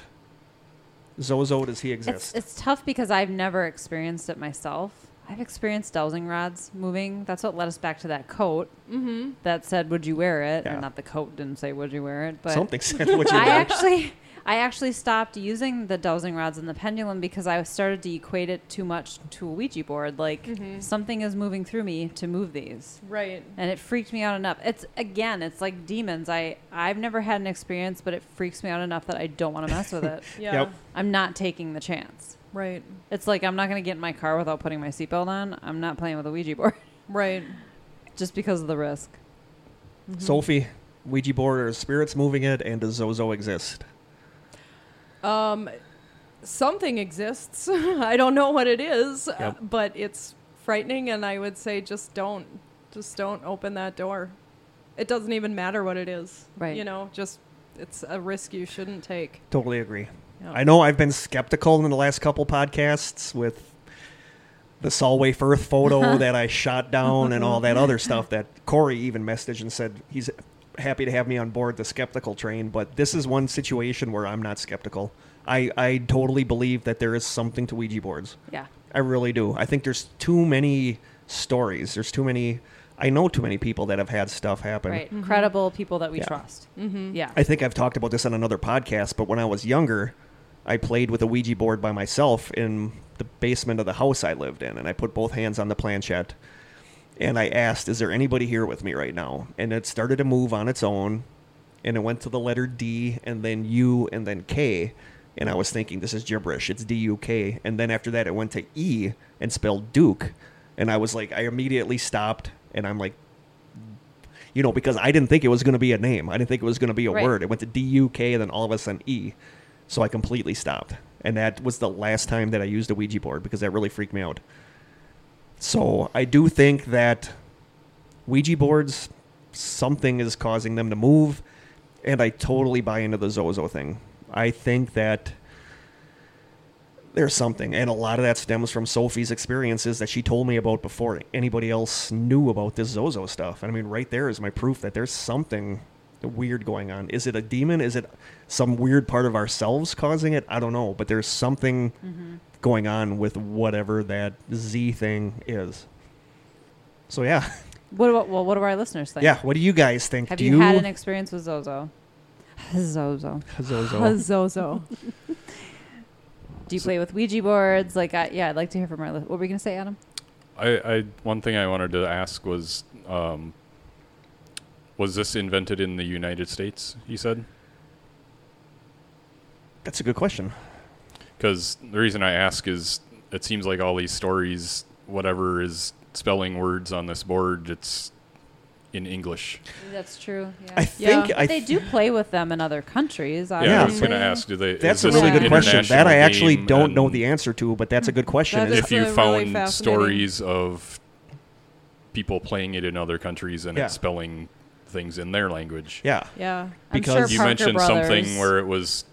Zozo, does he It's exist? it's tough because I've never experienced it myself. I've experienced dowsing rods moving. That's what led us back to that coat Mm-hmm. that said, "Would you wear it?" Yeah. Or not the coat didn't say, "Would you wear it?" But Something said what you I were. actually, I actually stopped using the dowsing rods and the pendulum because I started to equate it too much to a Ouija board. Like Mhm. something is moving through me to move these Right. and it freaked me out enough. It's again, it's like demons. I I've never had an experience, but it freaks me out enough that I don't want to mess with it. Yeah. Yep. I'm not taking the chance. Right. It's like I'm not going to get in my car without putting my seatbelt on. I'm not playing with a Ouija board Right. Mm-hmm. just because of the risk. Sophie, Ouija board or spirits moving it, and does Zozo exist? Um, something exists. I don't know what it is, uh, Yep. but it's frightening, and I would say just don't, just don't open that door. it doesn't even matter what it is. Right. You know, just it's a risk you shouldn't take. Totally agree. Yeah. I know I've been skeptical in the last couple podcasts with the Solway Firth photo that I shot down and all that other stuff that Corey even messaged and said he's happy to have me on board the skeptical train, but this is one situation where I'm not skeptical. I, I totally believe that there is something to Ouija boards. Yeah. I really do. I think there's too many stories. There's too many. I know too many people that have had stuff happen. Right. Credible people that we Yeah. trust. Mm-hmm. Yeah. I think I've talked about this on another podcast, but when I was younger, I played with a Ouija board by myself in the basement of the house I lived in, and I put both hands on the planchette. And I asked, Is there anybody here with me right now? And it started to move on its own, and it went to the letter D, and then U, and then K. And I was thinking, This is gibberish. It's D U K. And then after that, it went to E and spelled Duke. And I was like, I immediately stopped, and I'm like, you know, because I didn't think it was going to be a name. I didn't think it was going to be a Right. word. It went to D U K, then all of a sudden E. So I completely stopped, and that was the last time that I used a Ouija board because that really freaked me out. So I do think that Ouija boards, something is causing them to move, and I totally buy into the Zozo thing. I think that there's something, and a lot of that stems from Sophie's experiences that she told me about before anybody else knew about this Zozo stuff. And I mean, right there is my proof that there's something weird going on. Is it a demon? Is it some weird part of ourselves causing it? I don't know, but there's something Mm-hmm. going on with whatever that Z thing is. So yeah. What about well? What do our listeners think? Yeah, what do you guys think? Have do you, had an experience with Zozo? Zozo. Zozo. Zozo. Do you play with Ouija boards? Like, I, yeah, I'd like to hear from our. Li- what were you gonna say, Adam? I, I one thing I wanted to ask was, um, was this invented in the United States? You said That's a good question. because the reason I ask is it seems like all these stories, whatever is spelling words on this board, it's in English. That's true. Yeah. I think Yeah. I they th- do play with them in other countries. Yeah, I was Obviously. going to ask. Do they? is That's a this really an good question. That I international actually game? don't know And the answer to, but that's a good question. That Is- is- If you really found fascinating. stories of people playing it in other countries and Yeah. it's spelling things in their language, yeah. Yeah. I'm Because sure you Parker mentioned Brothers- something where it was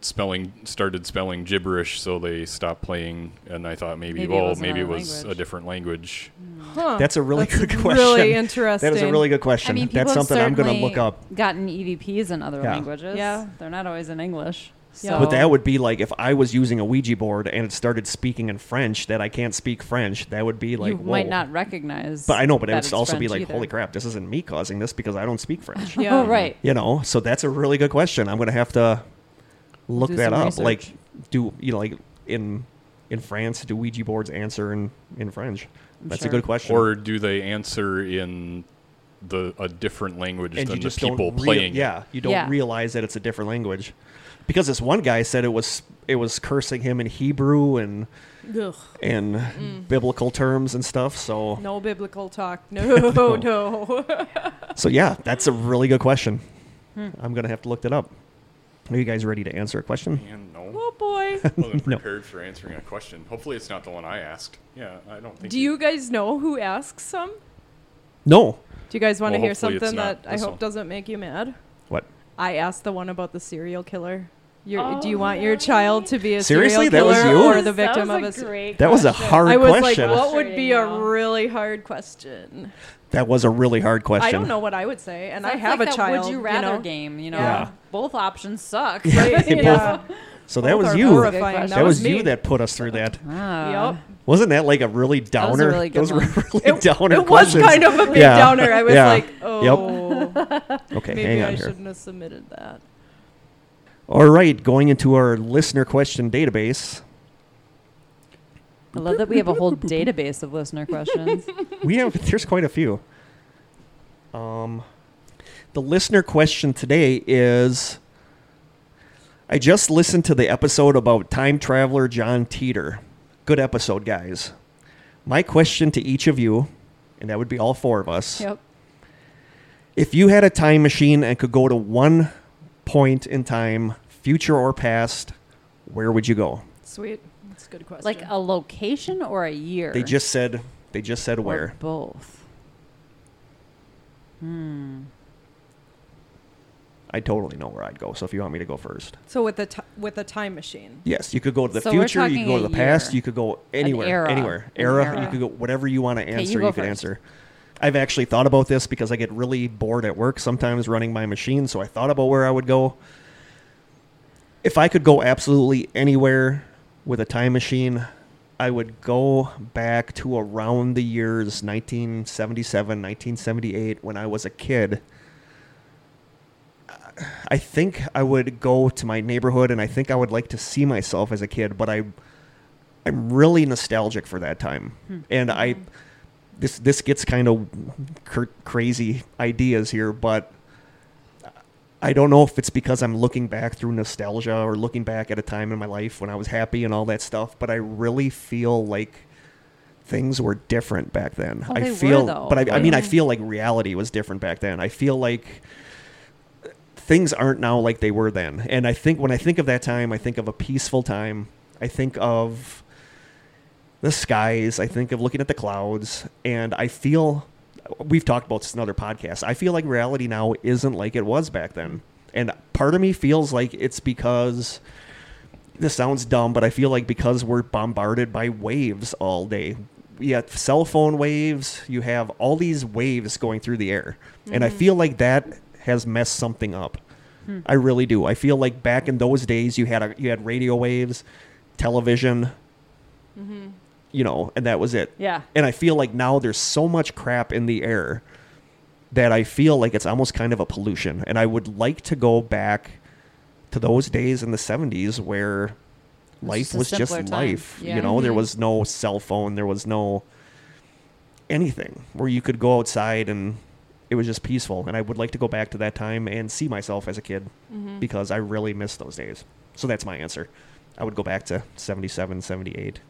spelling started spelling gibberish, so they stopped playing. And I thought maybe, Maybe it well, was maybe it another was language. a different language. Huh. That's a really That's good Really question. interesting. That is a really good I question. mean, people that's have something I'm going to certainly look up. Gotten EVPs in other Yeah. languages. Yeah. they're not always in English. Yeah. So But that would be like if I was using a Ouija board and it started speaking in French that I can't speak French. That would be like you whoa. might not recognize. But I know, but it that would it's also be French like, either. holy crap, this isn't me causing this because I don't speak French. Yeah. Oh right. you know so that's a really good question i'm gonna have to look Do that some up research. like do you know like in in france do ouija boards answer in in french I'm that's a sure. good question Or do they answer in the a different language and you than the just people don't rea- playing? it? yeah you don't Yeah. realize that it's a different language because this one guy said it was it was cursing him in hebrew and Ugh. and Mm. biblical terms and stuff so No biblical talk. No, no. so yeah that's a really good question Hmm. i'm gonna have to look that up are you guys ready to answer a question Man, no. oh boy. wasn't No. prepared for answering a question. Hopefully, it's not the one I asked. Yeah, I don't think. Do you guys know who asks some? no Do you guys want to Well, hear hopefully it's something not that I this hope one. doesn't make you mad? what I asked the one about the serial killer. Your, do Oh, you want your child to be a Seriously? That serial was killer you? or the victim of a? se- that was a hard I was question like, what would be a Frustrating, yeah. really hard question? That was a really hard question. I don't know what I would say, and I That's have like a that child. Would you know? rather game? You know, Yeah. both options suck. Right? They Yeah. So that Both was are you. horrifying. That That was me. you that uh, put us through that. Ah. Yep. Wasn't that like a really downer? really good Those were one. really downer It was questions. kind of a big Yeah. downer. I was Yeah. like, oh, okay, maybe hang on I here. shouldn't have submitted that. All right, going into our listener question database, I love that we have a whole database of listener questions. we have there's quite a few. Um, the listener question today is: I just listened to the episode about time traveler John Teeter. Good episode, guys. My question to each of you, and that would be all four of us. yep. If you had a time machine and could go to one point in time, future or past, where would you go? Sweet. That's a good question. Like a location or a year? They just said they just said Or where. both. Hmm. I totally know where I'd go. So if you want me to go first, So with the t- with a time machine. yes, you could go to the So we're future, you talking could go to a the past, year. you could go anywhere, era. anywhere, An era, era. You could go whatever you want to answer. you go could first. answer. I've actually thought about this because I get really bored at work sometimes running my machine. So I thought about where I would go. If I could go absolutely anywhere with a time machine, I would go back to around the years 1977, 1978 when I was a kid. I think I would go to my neighborhood and I think I would like to see myself as a kid, but I I'm really nostalgic for that time. Hmm. And I this this gets kind of cr- crazy ideas here, but I don't know if it's because I'm looking back through nostalgia or looking back at a time in my life when I was happy and all that stuff, but I really feel like things were different back then. Oh, I they were, feel though. but I, I mean I Mhm. feel like reality was different back then. I feel like things aren't now like they were then. And I think when I think of that time, I think of a peaceful time. I think of the skies. I think of looking at the clouds. And I feel we've talked about this in other podcasts. I feel like reality now isn't like it was back then. And part of me feels like it's because this sounds dumb, but I feel like because we're bombarded by waves all day. You have cell phone waves, you have all these waves going through the air. And I feel like that has messed something up. I really do. I feel like back in those days you had a, you had radio waves, television, you know, and that was it. Yeah. And I feel like now there's so much crap in the air that I feel like it's almost kind of a pollution. And I would like to go back to those days in the 70s where life just a was just simpler time. life. Yeah. Mm-hmm. You know, there was no cell phone, there was no anything where you could go outside and it was just peaceful. And I would like to go back to that time and see myself as a kid Mm-hmm. because I really miss those days. So that's my answer. I would go back to 77, 78.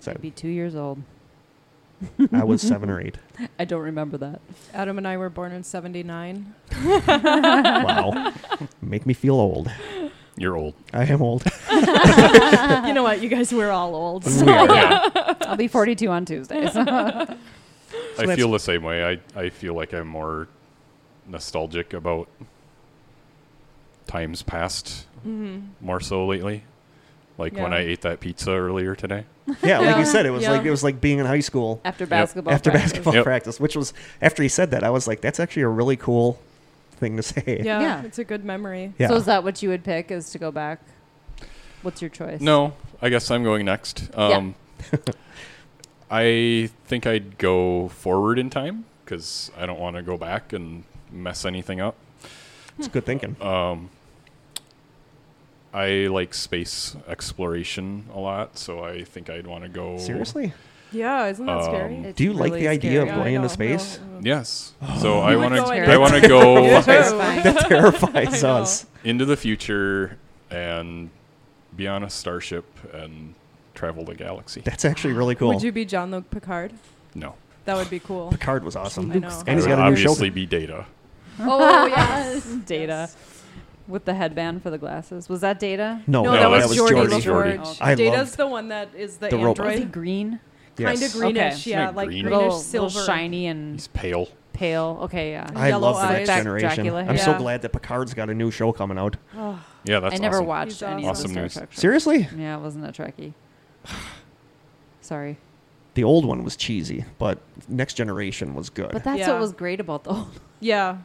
So I'd be two years old. I was seven or eight. I don't remember that. Adam and I were born in 79. Wow. Make me feel old. You're old. I am old. you know what? You guys were all old. We are, yeah. I'll be 42 on Tuesday. I that's- feel the same way. I, I feel like I'm more nostalgic about times past Mm-hmm. more so lately. Like when Yeah. I ate that pizza earlier today. Yeah, like Yeah. you said, it was Yeah. like it was like being in high school After basketball. after practice. basketball Yep. practice, which was after he said that, I was like, that's actually a really cool thing to say. Yeah, Yeah. it's a good memory. Yeah. So is that what you would pick? Is to go back? What's your choice? No, I guess I'm going next. Um, I think I'd go forward in time because I don't want to go back and mess anything up. it's good thinking. Oh. I like space exploration a lot, so I think I'd want to go. Seriously? Yeah, isn't that Um, scary? It's Do you like really the idea scary. of going into space? Yes. So I would want to. go anywhere. I want to go Yeah. That terrifies I know. us. into the future and be on a starship and travel the galaxy. That's actually really cool. Would you be John Luke Picard? No. That would be cool. Picard was awesome. I know. And he's I got would a new show. obviously be Data. oh yes, Data. With the headband for the glasses. Was that Data? Oh, No, No, No, that, that was was Jordy Geordi. LaForge. Jordi. Okay. I Data's loved- the one that is the, the robot. Was he android, green? kind of Yes. greenish, Okay. yeah, Like like green. greenish Little, little silver. shiny and He's pale. pale. Okay, yeah. I Yellow love the next eyes. generation. Dracula I'm so hair. glad that Picard's got a new show coming out. Yeah, that's I never awesome. watched He's any awesome. of the Awesome Star Trek shows. Seriously? Yeah, it wasn't that Trekkie. Sorry. The old one was cheesy, but Next Generation was good. But that's Yeah. what was great about the old Yeah,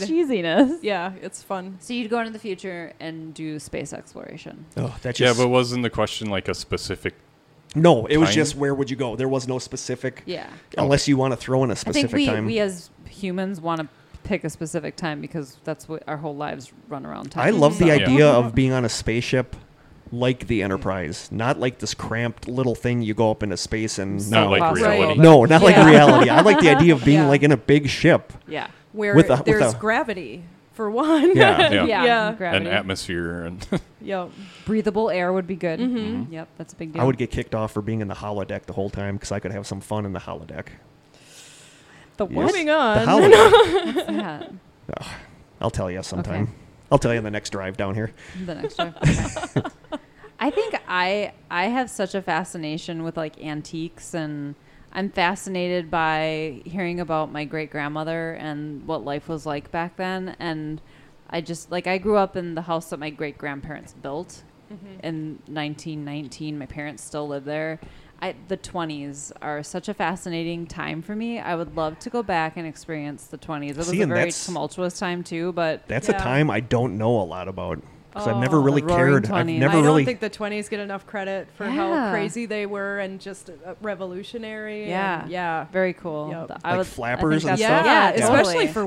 cheesiness. Yeah, it's fun. So you'd go into the future and do space exploration. oh, that Yeah, just but wasn't the question like a specific? No, it was Time? just where would you go? There was no specific. Yeah. Unless you want to throw in a I specific think we, time. we as humans want to pick a specific time because that's what our whole lives run around time. I love the So- Yeah. idea of being on a spaceship like the Enterprise, not like this cramped little thing you go up into space and Not no. like Possible. reality. no, not like Yeah. reality. I like the idea of being Yeah. like in a big ship. Yeah. Where With a- with there's a- gravity for one. Yeah. Yeah. Yeah. Yeah. An Gravity. atmosphere and Yep. Breathable air would be good. Yep. That's a big deal. I would get kicked off for being in the holodeck the whole time because I could have some fun in the holodeck. the Yes. what? Moving The on. holodeck. What's that? I'll tell you sometime. I'll tell you in the next drive down here. The next one. Okay. I think I I have such a fascination with like antiques and I'm fascinated by hearing about my great grandmother and what life was like back then. And I just like I grew up in the house that my great grandparents built in 1919. My parents still live there. I, the 20s are such a fascinating time for me. I would love to go back and experience the 20s. It was See, a and very that's- tumultuous time too, but That's a Yeah. time I don't know a lot about because I've never Oh, really the Roaring cared. I've Twenties. never I don't really. think the 20s get enough credit for Yeah. how crazy they were and just uh, revolutionary. Yeah. and- yeah. very cool. Yep. The- Like would- flappers think and that's- stuff? Yeah, totally. especially for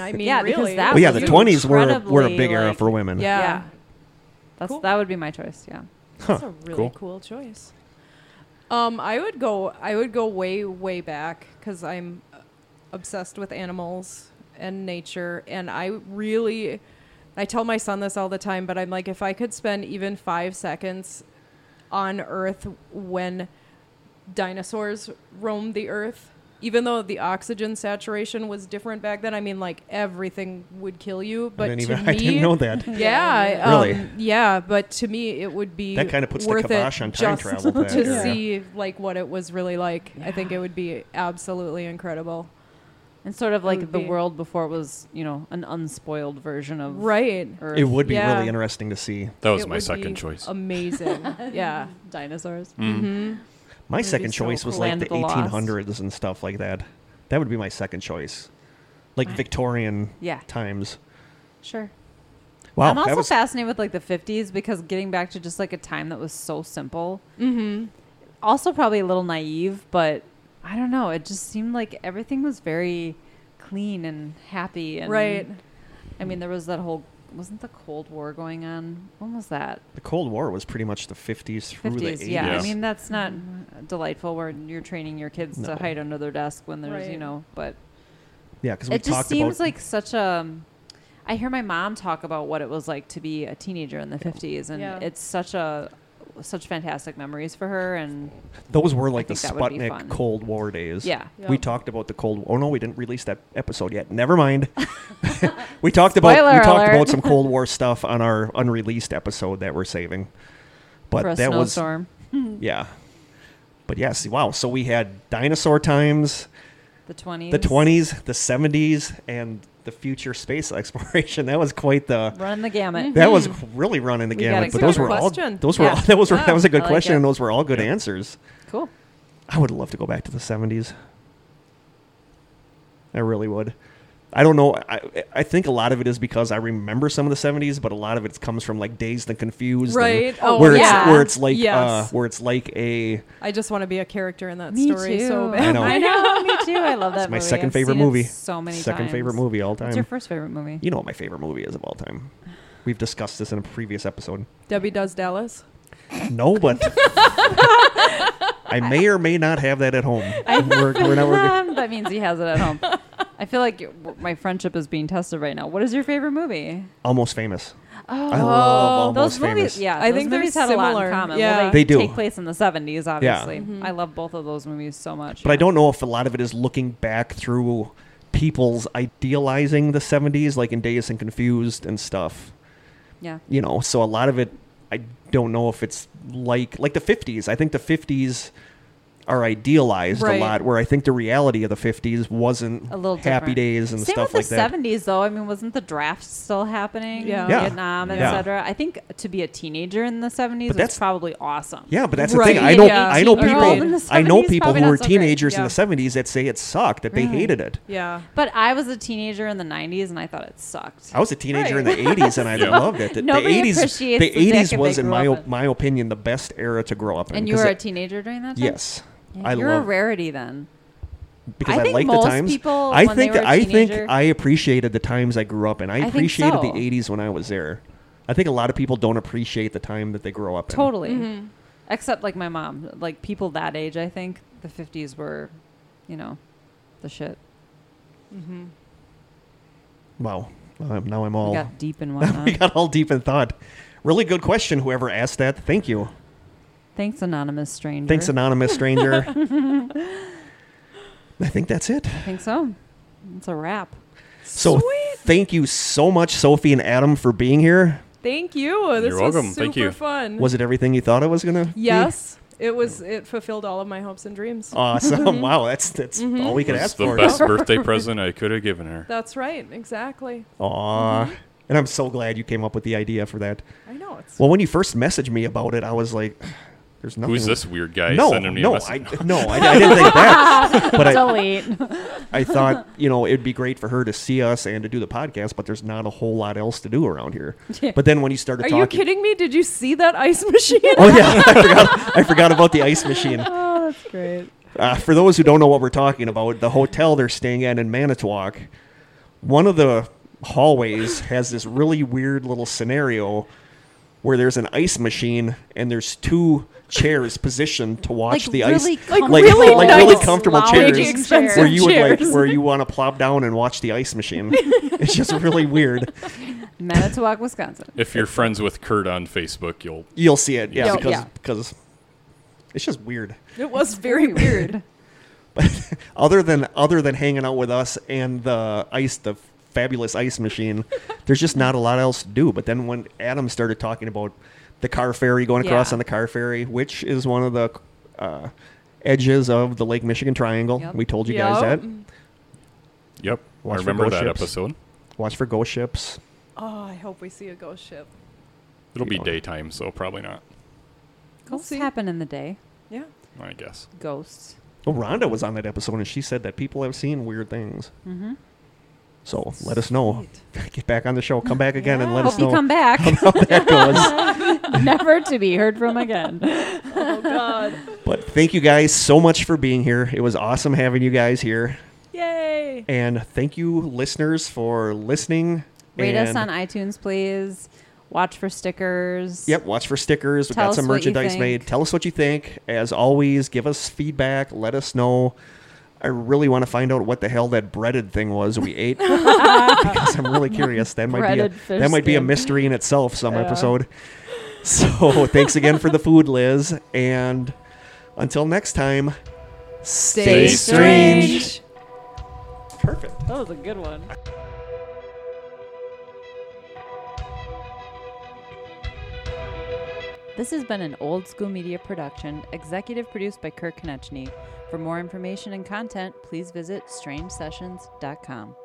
I mean, Yeah, because really. that well, yeah, the was 20s were were a incredibly, big era like- for women. Yeah. Yeah. That's Cool. that would be my choice. Yeah. That's a really Cool. cool, choice. Um, I would go. I would go way, way back because I'm uh, obsessed with animals and nature, and I really. I tell my son this all the time, but I'm like, if I could spend even five seconds on Earth when dinosaurs roamed the Earth, even though the oxygen saturation was different back then, I mean, like everything would kill you. But I didn't to even. me, I didn't know that. yeah, Really? um, yeah, but to me, it would be That kinda puts the worth it kibosh on time just travel back to there. see like what it was really like. I think it would be absolutely incredible, And sort of like would the be- world before it was, you know, an unspoiled version of right? Earth It would be Yeah. really interesting to see. That was It my would be second choice. Mm. Amazing, Mm-hmm. yeah. dinosaurs. My It'd be second so choice was cool. like Land the of the Lost. 1800s and stuff like that. That would be my second choice, like Victorian Yeah. times. Sure. Wow, I'm also that was fascinated with like the 50s because getting back to just like a time that was so simple. Mm-hmm. Also, probably a little naive, but I don't know. It just seemed like everything was very clean and happy. And Right. I mean, there was that whole wasn't the Cold War going on? When was that? the Cold War was pretty much the 50s through the 80s. Fifties, yeah. Yeah. I mean, that's not Mm-hmm. delightful where you're training your kids No. to hide under their desk when there's, you Right. know, but yeah, because we it just talked seems about like such a. I hear my mom talk about what it was like to be a teenager in the fifties, and Yeah. it's such a such fantastic memories for her. And those were like the think that would be Sputnik fun. Cold War days. Yeah. we Yep. talked about the Cold. Oh no, we didn't release that episode yet. Never mind. we talked about we Spoiler talked about alert. some Cold War stuff on our unreleased episode that we're saving. But for a that was snowstorm, yeah. But yes, wow. So we had dinosaur times, the twenties, the 20s, the 70s, and the future space exploration. That was quite the. running the gamut. That was really running the Hmm. We got gamut. a But those good were all. question. Those were Yeah. Ah, all, that was that was a I good like question, it. and those were all good answers. Mm-hmm. Cool. I would love to go back to the 70s. I really would. I don't know. I, I think a lot of it is because I remember some of the 70s, but a lot of it comes from like Dazed and Confused, and Right. Oh, where it's yeah. where it's like uh, Yes. where it's like a I just want to be a character in that Me story too. so I bad. know. I know. Me too. I love that. it's my movie. second I've favorite seen it movie. So many. second favorite times. movie all time. What's your first favorite movie? you know what my favorite movie is of all time. We've discussed this in a previous episode. Debbie does Dallas. No, but I may or may not have that at home. We're- we're not- we're- Um, that means he has it at home. I feel like w- my friendship is being tested right now. What is your favorite movie? almost famous. Oh, I love those Almost movies. Famous. Yeah, I those think they're movies had a lot similar. in common. Yeah. well, They do. take place in the seventies. Obviously, I love both of those movies so much. But I don't know if a lot of it is looking back through people's idealizing the 70s, like in Deus and Confused and stuff. Yeah, You know, so a lot of it, I don't know if it's like like the 50s. I think the 50s are idealized a Right. lot, where I think the reality of the 50s wasn't a little happy different. days and Same stuff with like the that. seventies, though. I mean, wasn't the draft still happening? Yeah. Yeah. Vietnam, Yeah. etc. I think to be a teenager in the seventies But was that's- probably awesome. Yeah, but that's the Right, thing. I know yeah. I know 18-year-old in people the I know 70s, people probably who not were so great. teenagers in Yeah. the 70s that say it sucked, that they Really? hated it. Yeah. But I was a teenager in the '90s, and I thought it sucked. I was a teenager Right. in the 80s and I Yeah. loved it. The, the Nobody 80s appreciates the the decade 80s they was in grew my up op- in. my opinion the best era to grow up in And you 'cause were a it- teenager during that time. Yes. Yeah, I you're a love rarity then. because I I, think like the most times. people, I when they think were that a I think teenager- I appreciated the times I grew up in. I think appreciated the so. 80s when I was there. I think a lot of people don't appreciate the time that they grow up in. Totally. Except like my mom, like people that age, I think the 50s were, you know, the shit. Wow. Um, now I'm We all got deep and we whatnot. got all deep in thought. Really good question whoever asked that. Thank you. Thanks, anonymous stranger. Thanks, anonymous stranger. I think that's it. I think so. It's a wrap. So, thank you so much, Sophie and Adam, for being here. Thank you. This welcome. was super Thank you. fun. Was it everything you thought it was gonna? be? yes. It was it fulfilled all of my hopes and dreams. Mm-hmm. Awesome. wow, that's that's all we could It's ask the for. best birthday present I could have given her. That's right, exactly. Aw. Mm-hmm. And I'm so glad you came up with the idea for that. I know it's Well, when you first messaged me about it, I was like, there's nothing. Who's this weird guy No, sending me a no, I, message? no, I, I didn't think that. But I, Delete. I thought, you know, it'd be great for her to see us and to do the podcast, but there's not a whole lot else to do around here. But then when you started Are talking. you kidding me? Did you see that ice machine? Oh, yeah. I forgot, I forgot about the ice machine. oh, that's great. Uh, for those who don't know what we're talking about, the hotel they're staying at in Manitowoc, one of the hallways has this really weird little scenario where there's an ice machine and there's two chairs positioned to watch the really ice comfortable, like, really like really nice, comfortable lounge chairs Big expensive where you would like chairs. where you want to plop down and watch the ice machine. it's just really weird. Manitowoc, Wisconsin. If you're friends with Kurt on Facebook, you'll You'll see it, yeah, Yeah. because Yeah. because it's just weird. It was very weird. other than other than hanging out with us and the ice the fabulous ice machine there's just not a lot else to do but then when adam started talking about the car ferry going across Yeah. on the car ferry which is one of the uh, edges of the lake michigan triangle Yep. we told you guys Yep. that yep. Watch I for remember ghost that ships. episode. watch for ghost ships Oh, I hope we see a ghost ship. It'll be Yeah. daytime, so probably not. Ghosts see. happen in the day. Yeah. I guess. Ghosts. well Oh, rhonda was on that episode and she said that people have seen weird things Mm-hmm. so let us know Sweet. get back on the show come back again and let Yeah. us Hope you know come back, how that goes never to be heard from again. Oh God. But thank you guys so much for being here. It was awesome having you guys here. Yay. And thank you, listeners, for listening. Rate us And- on iTunes, please. Watch for stickers. Yep, watch for stickers. We've Tell got us some what you merchandise think. made. Tell us what you think. As always, give us feedback. Let us know. I really want to find out what the hell that breaded thing was we ate because I'm really curious. That might Breaded be a, fish that might be a skin. mystery in itself. Some Yeah. episode. So thanks again for the food, Liz. And until next time, Stay strange. Perfect. That was a good one. This has been an old school media production, executive produced by Kirk Konechny. For more information and content, please visit strangesessions.com.